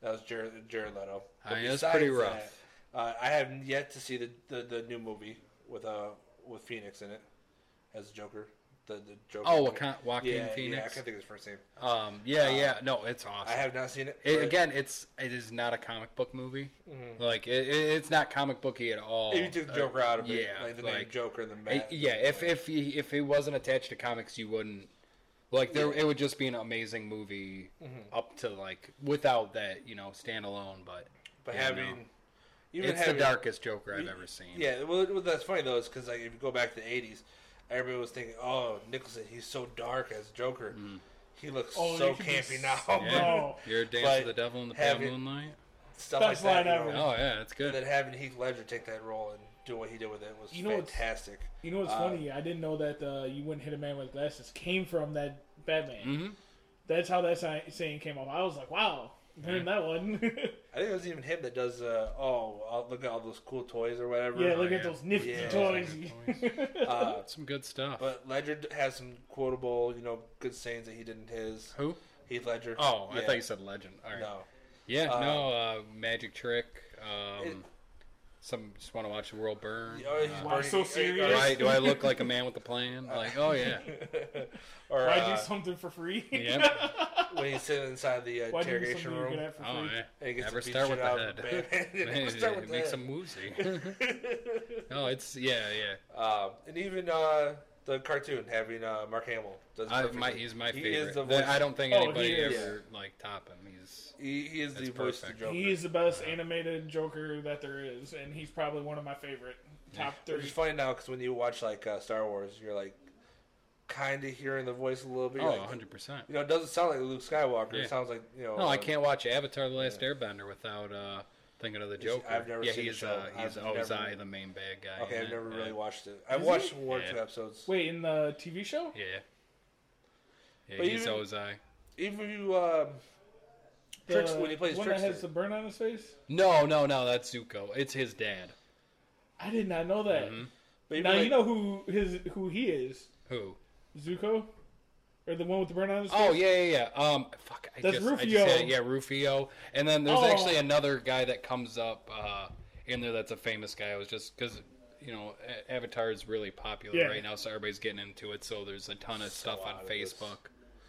Speaker 1: That was Jared, Jared Leto.
Speaker 2: I mean, that's
Speaker 1: besides
Speaker 2: pretty rough.
Speaker 1: that, uh, I have yet to see the, the, the new movie with uh with Phoenix in it as Joker. The, the Joker.
Speaker 2: Oh, Joaquin, Joaquin
Speaker 1: yeah, Yeah, I
Speaker 2: Phoenix.
Speaker 1: can't think of his first name.
Speaker 2: um, yeah, yeah. No, it's
Speaker 1: I
Speaker 2: awesome.
Speaker 1: have not seen it.
Speaker 2: It-
Speaker 1: but
Speaker 2: again, it's it is not a comic book movie. Like it, it, it's not comic booky at all.
Speaker 1: If Mm-hmm. you took the
Speaker 2: Uh,
Speaker 1: Joker out of it,
Speaker 2: yeah,
Speaker 1: like the name
Speaker 2: like-
Speaker 1: Joker and the
Speaker 2: I-
Speaker 1: Bat.
Speaker 2: yeah. If if he, if he wasn't attached to comics, you wouldn't like there. It would just be an amazing movie
Speaker 1: Mm-hmm.
Speaker 2: up to like without that you know standalone. But
Speaker 1: but
Speaker 2: yeah,
Speaker 1: having
Speaker 2: no.
Speaker 1: even
Speaker 2: it's
Speaker 1: having,
Speaker 2: the darkest Joker I've
Speaker 1: Y-
Speaker 2: ever seen.
Speaker 1: Yeah, well, well that's funny though, is because like if you go back to the '80s, everybody was thinking, "Oh, Nicholson, he's so dark as Joker. He looks
Speaker 3: Oh,
Speaker 1: so
Speaker 3: you could be
Speaker 1: campy
Speaker 3: s-
Speaker 1: now."
Speaker 2: Mm. Yeah.
Speaker 3: No.
Speaker 2: You're a dance
Speaker 1: But
Speaker 2: with the devil in the pale
Speaker 1: having-
Speaker 2: moonlight.
Speaker 1: Stuff
Speaker 3: Best
Speaker 1: like that.
Speaker 3: line
Speaker 1: you
Speaker 3: ever.
Speaker 1: know?
Speaker 2: Oh yeah, that's
Speaker 1: And then
Speaker 2: good.
Speaker 1: having Heath Ledger take that role and do what he did with it was
Speaker 3: You know what's-
Speaker 1: fantastic.
Speaker 3: You know what's
Speaker 1: Uh,
Speaker 3: funny? I didn't know that uh, you wouldn't hit a man with glasses came from that Batman.
Speaker 1: Mm-hmm.
Speaker 2: hmm
Speaker 3: That's how that si- saying came up. I was like, wow,
Speaker 1: Mm-hmm.
Speaker 3: mm that one.
Speaker 1: I think it was even him that does. Uh, oh, I'll look at all those cool toys or whatever.
Speaker 3: yeah,
Speaker 2: Oh,
Speaker 3: look
Speaker 2: yeah.
Speaker 3: at those nifty
Speaker 1: Yeah.
Speaker 3: toys.
Speaker 1: Uh,
Speaker 2: Some good stuff.
Speaker 1: but Ledger d- has some quotable, you know, good sayings that he did in his.
Speaker 2: Who?
Speaker 1: Heath Ledger.
Speaker 2: Oh, I
Speaker 1: Yeah.
Speaker 2: thought you said legend. All right.
Speaker 1: No.
Speaker 2: Yeah,
Speaker 1: Uh,
Speaker 2: no, uh, magic trick. Um,
Speaker 1: It-
Speaker 2: some just want to watch the world burn.
Speaker 1: Oh, Uh, he's
Speaker 2: Uh,
Speaker 3: Why
Speaker 1: burning-
Speaker 3: so
Speaker 1: uh,
Speaker 3: serious?
Speaker 2: do I do I look like a man with a plan? Like, oh yeah,
Speaker 1: or
Speaker 3: Why
Speaker 1: uh,
Speaker 3: do something for free?
Speaker 2: Yep.
Speaker 1: when he's sitting inside the uh,
Speaker 3: Why do you do
Speaker 1: interrogation
Speaker 3: something you
Speaker 1: room.
Speaker 3: can have for free?
Speaker 2: oh yeah.
Speaker 1: And he gets
Speaker 2: Never
Speaker 1: to beat
Speaker 2: start
Speaker 1: shit
Speaker 2: with the
Speaker 1: out of
Speaker 2: head.
Speaker 1: Batman. Never
Speaker 2: It,
Speaker 1: start with the
Speaker 2: makes
Speaker 1: head.
Speaker 2: them woozy. no, it's yeah, yeah.
Speaker 1: Um, and even uh, the cartoon having uh, Mark Hamill does it
Speaker 2: I,
Speaker 1: perfectly.
Speaker 2: my, he's my
Speaker 1: He
Speaker 2: favorite.
Speaker 1: is the
Speaker 2: The-
Speaker 1: voice.
Speaker 2: I don't think
Speaker 3: Oh, he
Speaker 2: anybody
Speaker 3: is.
Speaker 2: ever like top him. He's
Speaker 1: he, he is the
Speaker 2: That's
Speaker 1: voice of
Speaker 2: perfect.
Speaker 1: the Joker.
Speaker 3: He is the best animated Joker that there is, and he's probably one of my favorite top
Speaker 1: Which
Speaker 3: three.
Speaker 1: is funny now because when you watch like uh, Star Wars, you're like kind of hearing the voice a little bit.
Speaker 2: oh,
Speaker 1: You're like,
Speaker 2: 100 percent.
Speaker 1: you know, it doesn't sound like Luke Skywalker.
Speaker 2: Yeah.
Speaker 1: It sounds like you know.
Speaker 2: No, I
Speaker 1: uh,
Speaker 2: can't watch Avatar: The Last Airbender without uh, thinking of the
Speaker 1: Is-
Speaker 2: Joker.
Speaker 1: I've never
Speaker 2: yeah,
Speaker 1: seen the
Speaker 2: he's
Speaker 1: show.
Speaker 2: uh, he's
Speaker 1: I've
Speaker 2: Ozai,
Speaker 1: never-
Speaker 2: the main bad guy.
Speaker 1: Okay,
Speaker 2: in
Speaker 1: I've
Speaker 2: it.
Speaker 1: never
Speaker 2: Yeah.
Speaker 1: really watched it. I
Speaker 3: Is
Speaker 1: watched
Speaker 3: he?
Speaker 1: one or two
Speaker 2: Yeah.
Speaker 1: episodes.
Speaker 3: Wait, in the TV show?
Speaker 2: Yeah, yeah,
Speaker 1: But
Speaker 2: he's
Speaker 1: even-
Speaker 2: Ozai.
Speaker 1: Even if you um, tricks
Speaker 3: The
Speaker 1: when he plays
Speaker 3: one
Speaker 1: Trickster.
Speaker 3: that has the burn on his face.
Speaker 2: No, no, no, that's Zuko. It's his dad.
Speaker 3: I did not know that.
Speaker 1: Mm-hmm. but even
Speaker 3: Now
Speaker 1: like,
Speaker 3: you know who his who he is.
Speaker 2: Who?
Speaker 3: Zuko, or the one with the burn on his face.
Speaker 2: Oh yeah, yeah, yeah. Um, fuck. I
Speaker 3: That's
Speaker 2: just, I just
Speaker 3: Rufio.
Speaker 2: had it. yeah, Rufio. And then there's
Speaker 3: Oh.
Speaker 2: actually another guy that comes up uh, in there that's a famous guy. I was just because you know A- Avatar is really popular
Speaker 3: Yeah.
Speaker 2: right now, so everybody's getting into it. So there's a ton of stuff on
Speaker 1: out of this.
Speaker 2: Facebook.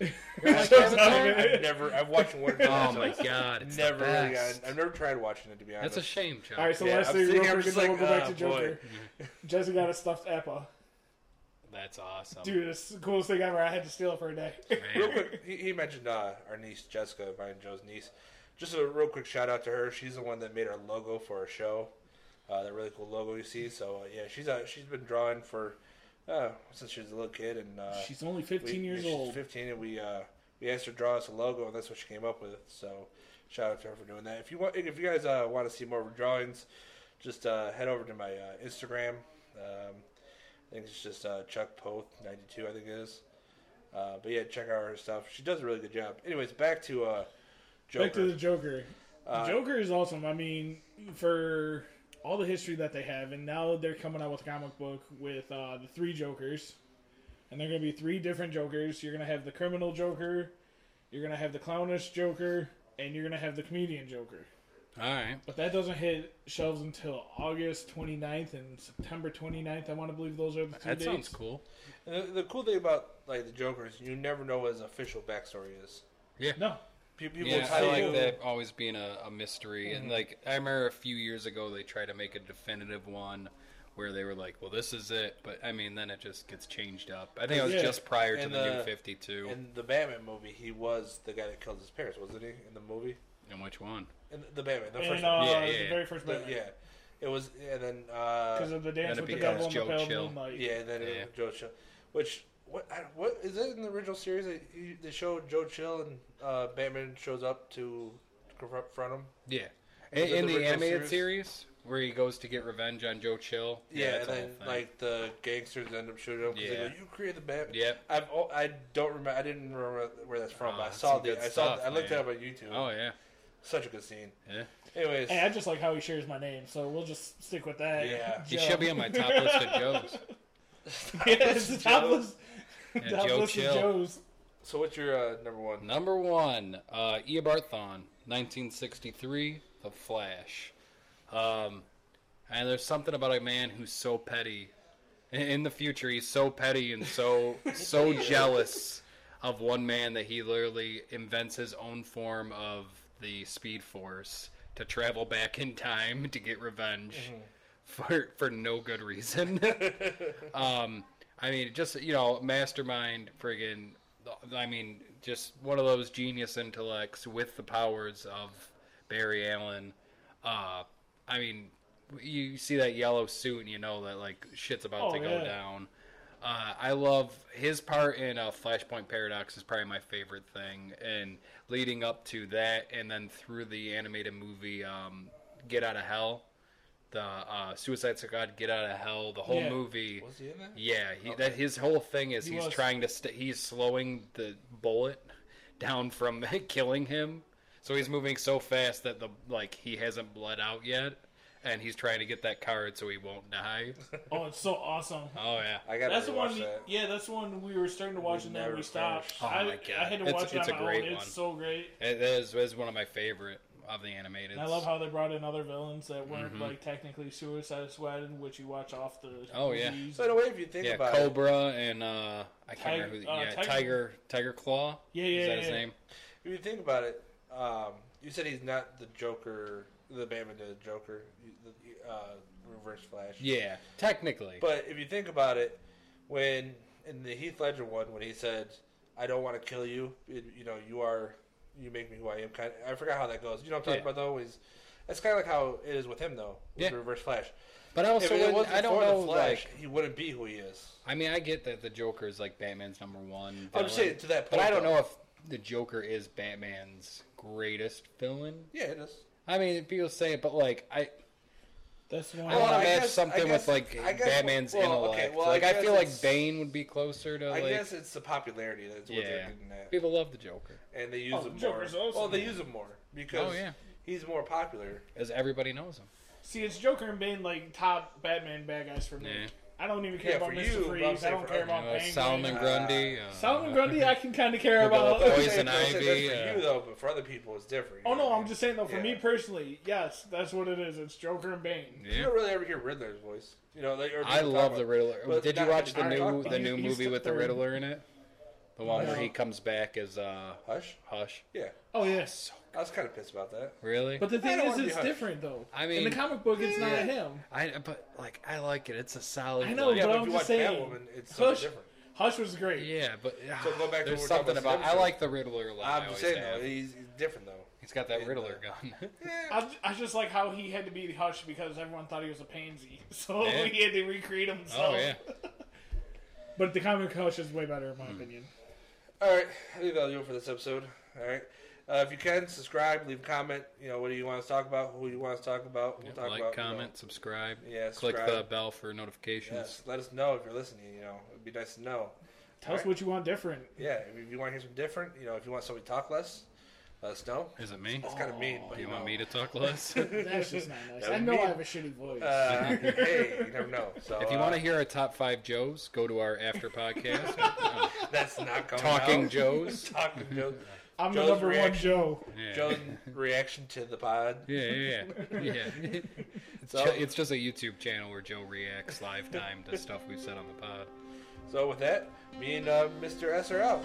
Speaker 3: That's not
Speaker 2: Avatar?
Speaker 3: even-
Speaker 1: I've never. I've watched one or two
Speaker 2: Oh
Speaker 1: episodes.
Speaker 2: my god, it's
Speaker 1: Never
Speaker 2: the
Speaker 1: really.
Speaker 2: best.
Speaker 1: Gotten, I've never tried watching it to be honest.
Speaker 2: That's a shame, Chuck.
Speaker 3: All right, so
Speaker 1: Yeah,
Speaker 3: last
Speaker 1: I'm
Speaker 3: thing
Speaker 1: sitting here, I'm
Speaker 3: real quick, and
Speaker 1: just
Speaker 3: then we'll
Speaker 1: like,
Speaker 3: go back
Speaker 1: ah,
Speaker 3: to Joker. Jesse got a stuffed apple.
Speaker 2: That's awesome.
Speaker 3: Dude, it's the coolest thing ever. I had to steal it for a day.
Speaker 2: Man.
Speaker 1: Real quick, he, he mentioned uh, our niece Jessica, mine and Joe's niece. Just a real quick shout out to her. She's the one that made our logo for our show. Uh, that really cool logo you see. So uh, yeah, she's uh, she's been drawing for uh, since she was a little kid, and uh,
Speaker 3: She's only
Speaker 1: we-
Speaker 3: 15 years
Speaker 1: she's
Speaker 3: old.
Speaker 1: Fifteen, and we uh, we asked her to draw us a logo, and that's what she came up with. So shout out to her for doing that. If you want, if you guys uh, want to see more of her drawings, just uh, head over to my uh, Instagram. Um, I think it's just uh, Chuck Poth ninety two. I think it is. Uh, but yeah, check out her stuff. She does a really good job. Anyways, back to uh, Joker.
Speaker 3: Back to the Joker.
Speaker 1: Uh,
Speaker 3: Joker is awesome. I mean, for all the history that they have, and now they're coming out with a comic book with uh, the three Jokers, and they're going to be three different Jokers. You're going to have the criminal Joker, you're going to have the clownish Joker, and you're going to have the comedian Joker.
Speaker 2: All right.
Speaker 3: But that doesn't hit shelves until August 29th and September 29th. I want to believe those are the two
Speaker 2: That
Speaker 3: dates.
Speaker 2: sounds cool.
Speaker 1: And the, the cool thing about like the Joker is you never know what his official backstory is.
Speaker 3: No,
Speaker 1: Pe- People Mm-hmm.
Speaker 2: Yeah, I
Speaker 1: title
Speaker 2: like
Speaker 1: it-
Speaker 2: that always being a, a mystery. And like I remember a few years ago, they tried to make a definitive one where they were like, "Well, this is it," but I mean, then it just gets changed up. I think it was
Speaker 3: Yeah.
Speaker 2: just prior to
Speaker 1: And,
Speaker 2: the new
Speaker 1: uh,
Speaker 2: Fifty Two.
Speaker 1: In the Batman movie, he was the guy that killed his parents, wasn't he? In the movie,
Speaker 2: And which one?
Speaker 1: in the- the Batman, the
Speaker 3: and
Speaker 1: first
Speaker 3: uh,
Speaker 1: one.
Speaker 2: Yeah, yeah,
Speaker 3: the
Speaker 2: yeah.
Speaker 3: very first
Speaker 1: The-
Speaker 3: Batman.
Speaker 1: yeah, it was, and then
Speaker 3: because
Speaker 1: uh,
Speaker 3: of the dance
Speaker 2: That'd
Speaker 3: with
Speaker 2: be
Speaker 3: the devil and
Speaker 2: Joe
Speaker 3: the pale
Speaker 2: Chill.
Speaker 3: moonlight.
Speaker 1: yeah, then
Speaker 2: Yeah.
Speaker 1: Joe Chill. Which what I, what is it in the original series that you, they show Joe Chill and uh, Batman shows up to confront him?
Speaker 2: Yeah.
Speaker 1: Is
Speaker 2: In,
Speaker 1: it
Speaker 2: in
Speaker 1: the
Speaker 2: the
Speaker 1: original
Speaker 2: animated series? where he goes to get revenge on Joe Chill.
Speaker 1: Yeah,
Speaker 2: that's
Speaker 1: and
Speaker 2: the whole
Speaker 1: then
Speaker 2: thing.
Speaker 1: like the gangsters end up shooting up because they
Speaker 2: Yeah.
Speaker 1: go, "You created the Batman."
Speaker 2: Yep.
Speaker 1: I've al- I don't remember. I didn't remember where that's from.
Speaker 2: Oh,
Speaker 1: but I
Speaker 2: that's
Speaker 1: saw
Speaker 2: some
Speaker 1: the.
Speaker 2: good
Speaker 1: I saw.
Speaker 2: stuff,
Speaker 1: I looked it
Speaker 2: man.
Speaker 1: up on YouTube.
Speaker 2: Oh yeah.
Speaker 1: Such a good scene.
Speaker 2: Yeah.
Speaker 1: Anyways,
Speaker 3: Hey, I just like how he shares my name, so we'll just stick with that.
Speaker 1: Yeah.
Speaker 2: He
Speaker 3: Joe.
Speaker 2: should be on my top list of Joes.
Speaker 3: yeah, it's the top list.
Speaker 2: Yeah,
Speaker 3: top
Speaker 2: Joe
Speaker 3: list
Speaker 2: Chill.
Speaker 3: of Joe's.
Speaker 1: So what's your uh, number one?
Speaker 2: Number one, uh, Eobarthon, 1963, The Flash. Um, and there's something about a man who's so petty. In- In the future, he's so petty and so so jealous of one man that he literally invents his own form of the Speed Force to travel back in time to get revenge for for no good reason. Um, I mean, just you know, mastermind, friggin'. I mean, just one of those genius intellects with the powers of Barry Allen. Uh, I mean, you see that yellow suit, and you know that like shit's about
Speaker 3: Oh,
Speaker 2: to go
Speaker 3: yeah.
Speaker 2: down. Uh, I love his part in uh, Flashpoint Paradox is probably my favorite thing, and leading up to that, and then through the animated movie um, Get Out of Hell, the uh, Suicide Squad Get Out of Hell, the whole
Speaker 3: Yeah.
Speaker 2: movie.
Speaker 1: Was he in that?
Speaker 2: Yeah,
Speaker 1: Oh.
Speaker 2: he, that his whole thing is
Speaker 3: He
Speaker 2: he's
Speaker 3: was.
Speaker 2: trying to st- he's slowing the bullet down from killing him. So he's moving so fast that the like he hasn't bled out yet, and he's trying to get that card so he won't die.
Speaker 3: Oh, it's so awesome.
Speaker 2: Oh yeah,
Speaker 1: I gotta
Speaker 3: That's the
Speaker 1: rewatch
Speaker 3: one.
Speaker 1: that.
Speaker 3: Yeah, that's the one we were starting to
Speaker 1: We
Speaker 3: watch and then
Speaker 1: never
Speaker 3: we stopped.
Speaker 1: finished.
Speaker 2: Oh,
Speaker 3: I,
Speaker 2: my God.
Speaker 3: I had to
Speaker 2: It's-
Speaker 3: watch it
Speaker 2: it's
Speaker 3: on
Speaker 2: a
Speaker 3: my
Speaker 2: great
Speaker 3: own.
Speaker 2: one.
Speaker 3: It's so great.
Speaker 2: it is, is one of my favorite of the animated.
Speaker 3: And I love how they brought in other villains that
Speaker 2: Mm-hmm.
Speaker 3: weren't like technically Suicide Squad, which you watch off the.
Speaker 2: Oh, yeah.
Speaker 3: movies.
Speaker 1: So in a way, if you think
Speaker 2: yeah
Speaker 1: about it,
Speaker 2: Cobra and uh I can't
Speaker 3: Tiger-
Speaker 2: remember who,
Speaker 3: uh,
Speaker 2: yeah
Speaker 3: Tiger-
Speaker 2: Tiger, Tiger Claw
Speaker 3: Yeah,
Speaker 2: is
Speaker 3: yeah,
Speaker 2: that
Speaker 3: yeah.
Speaker 2: his name?
Speaker 1: if you think about it, um, you said he's not the Joker, the Batman to the Joker, the, uh, Reverse Flash.
Speaker 2: Yeah, technically.
Speaker 1: But if you think about it, when in the Heath Ledger one, when he said, "I don't want to kill you," it, you know, you are, you make me who I am. Kind of, I forgot how that goes. You know what I'm talking
Speaker 2: Yeah.
Speaker 1: about though. Is that's kind of like how it is with him though. With
Speaker 2: Yeah.
Speaker 1: Reverse Flash.
Speaker 2: But I also
Speaker 1: if it
Speaker 2: wouldn't-
Speaker 1: wasn't
Speaker 2: I don't
Speaker 1: for
Speaker 2: know
Speaker 1: the Flash,
Speaker 2: like
Speaker 1: he wouldn't be who he is.
Speaker 2: I mean, I get that the Joker is like Batman's number one.
Speaker 1: I'm just
Speaker 2: villain,
Speaker 1: saying to that
Speaker 2: but
Speaker 1: point,
Speaker 2: I don't
Speaker 1: though.
Speaker 2: know if the Joker is Batman's greatest villain.
Speaker 1: Yeah, it is.
Speaker 2: I mean, people say it, but like I,
Speaker 3: That's the one.
Speaker 2: I
Speaker 1: Well,
Speaker 2: want
Speaker 1: I
Speaker 2: to match
Speaker 1: guess- I
Speaker 2: something
Speaker 1: guess-
Speaker 2: with like
Speaker 1: I guess-
Speaker 2: Batman's
Speaker 1: well, okay,
Speaker 2: intellect.
Speaker 1: well, I
Speaker 2: like I,
Speaker 1: guess
Speaker 2: feel like
Speaker 1: it's-
Speaker 2: Bane would be closer to
Speaker 1: I
Speaker 2: like
Speaker 1: guess it's the popularity that's what they're
Speaker 2: Yeah.
Speaker 1: getting at,
Speaker 2: people love the Joker,
Speaker 1: and they use
Speaker 3: Oh,
Speaker 1: him more.
Speaker 3: Joker's awesome.
Speaker 1: Well, they use him more because
Speaker 2: Oh, yeah.
Speaker 1: he's more popular.
Speaker 2: as everybody knows him.
Speaker 3: See, it's Joker and Bane like top Batman bad guys for me.
Speaker 2: Yeah. Uh,
Speaker 3: I don't even care
Speaker 1: Yeah,
Speaker 3: about
Speaker 1: for
Speaker 3: Mr.
Speaker 1: you, but I'm
Speaker 3: Freeze. I
Speaker 1: saying
Speaker 3: don't
Speaker 1: for
Speaker 3: care
Speaker 1: other
Speaker 3: about
Speaker 2: You know,
Speaker 3: Penguin.
Speaker 2: Solomon Grundy. Uh,
Speaker 3: Solomon Grundy, I can kind of care
Speaker 2: We'll go
Speaker 3: about.
Speaker 2: with Poison
Speaker 1: I'm saying for-
Speaker 2: Ivy,
Speaker 1: that's for
Speaker 2: uh,
Speaker 1: you though, but for other people, it's different. you
Speaker 3: Oh
Speaker 1: know
Speaker 3: no,
Speaker 1: what I
Speaker 3: I'm
Speaker 1: mean?
Speaker 3: just saying though. For me
Speaker 1: Yeah.
Speaker 3: personally, yes, that's what it is. It's Joker and Bane.
Speaker 1: You
Speaker 2: Yeah.
Speaker 1: don't really ever hear Riddler's voice. You know, like, or
Speaker 2: I
Speaker 1: people talk
Speaker 2: love
Speaker 1: about-
Speaker 2: the Riddler.
Speaker 1: But
Speaker 2: Did you
Speaker 1: not-
Speaker 2: watch the
Speaker 1: I
Speaker 2: new
Speaker 1: talk-
Speaker 2: the new
Speaker 3: he's
Speaker 2: movie
Speaker 3: the
Speaker 2: with the
Speaker 3: third.
Speaker 2: Riddler in it? The one where
Speaker 3: No.
Speaker 2: he comes back as uh,
Speaker 1: Hush.
Speaker 2: Hush.
Speaker 1: Yeah,
Speaker 3: Oh yes,
Speaker 1: I was kind of pissed about that.
Speaker 2: Really?
Speaker 3: but the
Speaker 1: I
Speaker 3: thing
Speaker 1: don't
Speaker 3: is,
Speaker 1: wanna be
Speaker 3: it's
Speaker 1: Hush.
Speaker 3: different though.
Speaker 2: I
Speaker 3: in
Speaker 2: mean-
Speaker 3: the comic book, it's
Speaker 1: Yeah.
Speaker 3: not him.
Speaker 2: I but like I like it. It's a solid.
Speaker 3: I know,
Speaker 2: like-
Speaker 1: Yeah,
Speaker 3: but
Speaker 1: but
Speaker 3: I'm
Speaker 1: if you
Speaker 3: just
Speaker 1: watch
Speaker 3: saying,
Speaker 1: Batwoman, it's something
Speaker 3: Hush-
Speaker 1: different.
Speaker 3: Hush was great.
Speaker 2: Yeah, but ah,
Speaker 1: So go back to what
Speaker 2: there's
Speaker 1: we were talking
Speaker 2: something
Speaker 1: about
Speaker 2: about. I
Speaker 1: Simpsons.
Speaker 2: like the Riddler a lot.
Speaker 1: I'm
Speaker 2: I
Speaker 1: just
Speaker 2: always
Speaker 1: saying though,
Speaker 2: have.
Speaker 1: he's, he's different though.
Speaker 2: He's got that
Speaker 1: Yeah.
Speaker 2: Riddler gun.
Speaker 3: I, I just like how he had to be Hush because everyone thought he was a pansy, so
Speaker 2: Yeah.
Speaker 3: he had to recreate himself.
Speaker 2: oh yeah,
Speaker 3: But the comic Hush is way better in my opinion.
Speaker 1: Hmm. All right, I think that'll do it for this episode. All right. Uh, if you can subscribe, leave a comment. You know what do you want us to talk about? Who you want us to talk about? We'll talk
Speaker 2: like,
Speaker 1: about. you know.
Speaker 2: comment, subscribe.
Speaker 1: Yeah,
Speaker 2: click the
Speaker 1: subscribe.
Speaker 2: bell for notifications.
Speaker 1: Yes, let us know if you're listening. You know, it'd be nice to know.
Speaker 3: Tell us
Speaker 1: Alright.
Speaker 3: what you want different.
Speaker 1: Yeah, if you want to hear something different, you know, if you want somebody to talk less, let us know.
Speaker 2: Is it me?
Speaker 1: It's kind of mean, but
Speaker 2: Do Oh, you
Speaker 1: you
Speaker 2: want
Speaker 1: know.
Speaker 2: me to talk less?
Speaker 3: That's just not nice.
Speaker 1: That
Speaker 3: I
Speaker 1: would
Speaker 3: know
Speaker 1: mean-
Speaker 3: I have a shitty voice.
Speaker 1: Uh, hey, you never know. So
Speaker 2: if you
Speaker 1: uh,
Speaker 2: want to hear our top five Joes, go to our after podcast. No,
Speaker 1: that's not coming
Speaker 2: Talking
Speaker 1: out.
Speaker 2: Joes.
Speaker 1: Talking Joe.
Speaker 3: I'm
Speaker 1: Joe's
Speaker 3: the number one
Speaker 1: reaction.
Speaker 3: Joe.
Speaker 2: Yeah.
Speaker 1: Joe's reaction to the pod.
Speaker 2: Yeah, yeah, yeah. yeah. It's,
Speaker 1: So-
Speaker 2: ju- it's just a YouTube channel where Joe reacts live time to stuff we've said on the pod.
Speaker 1: So with that, me and uh, Mr. S are out.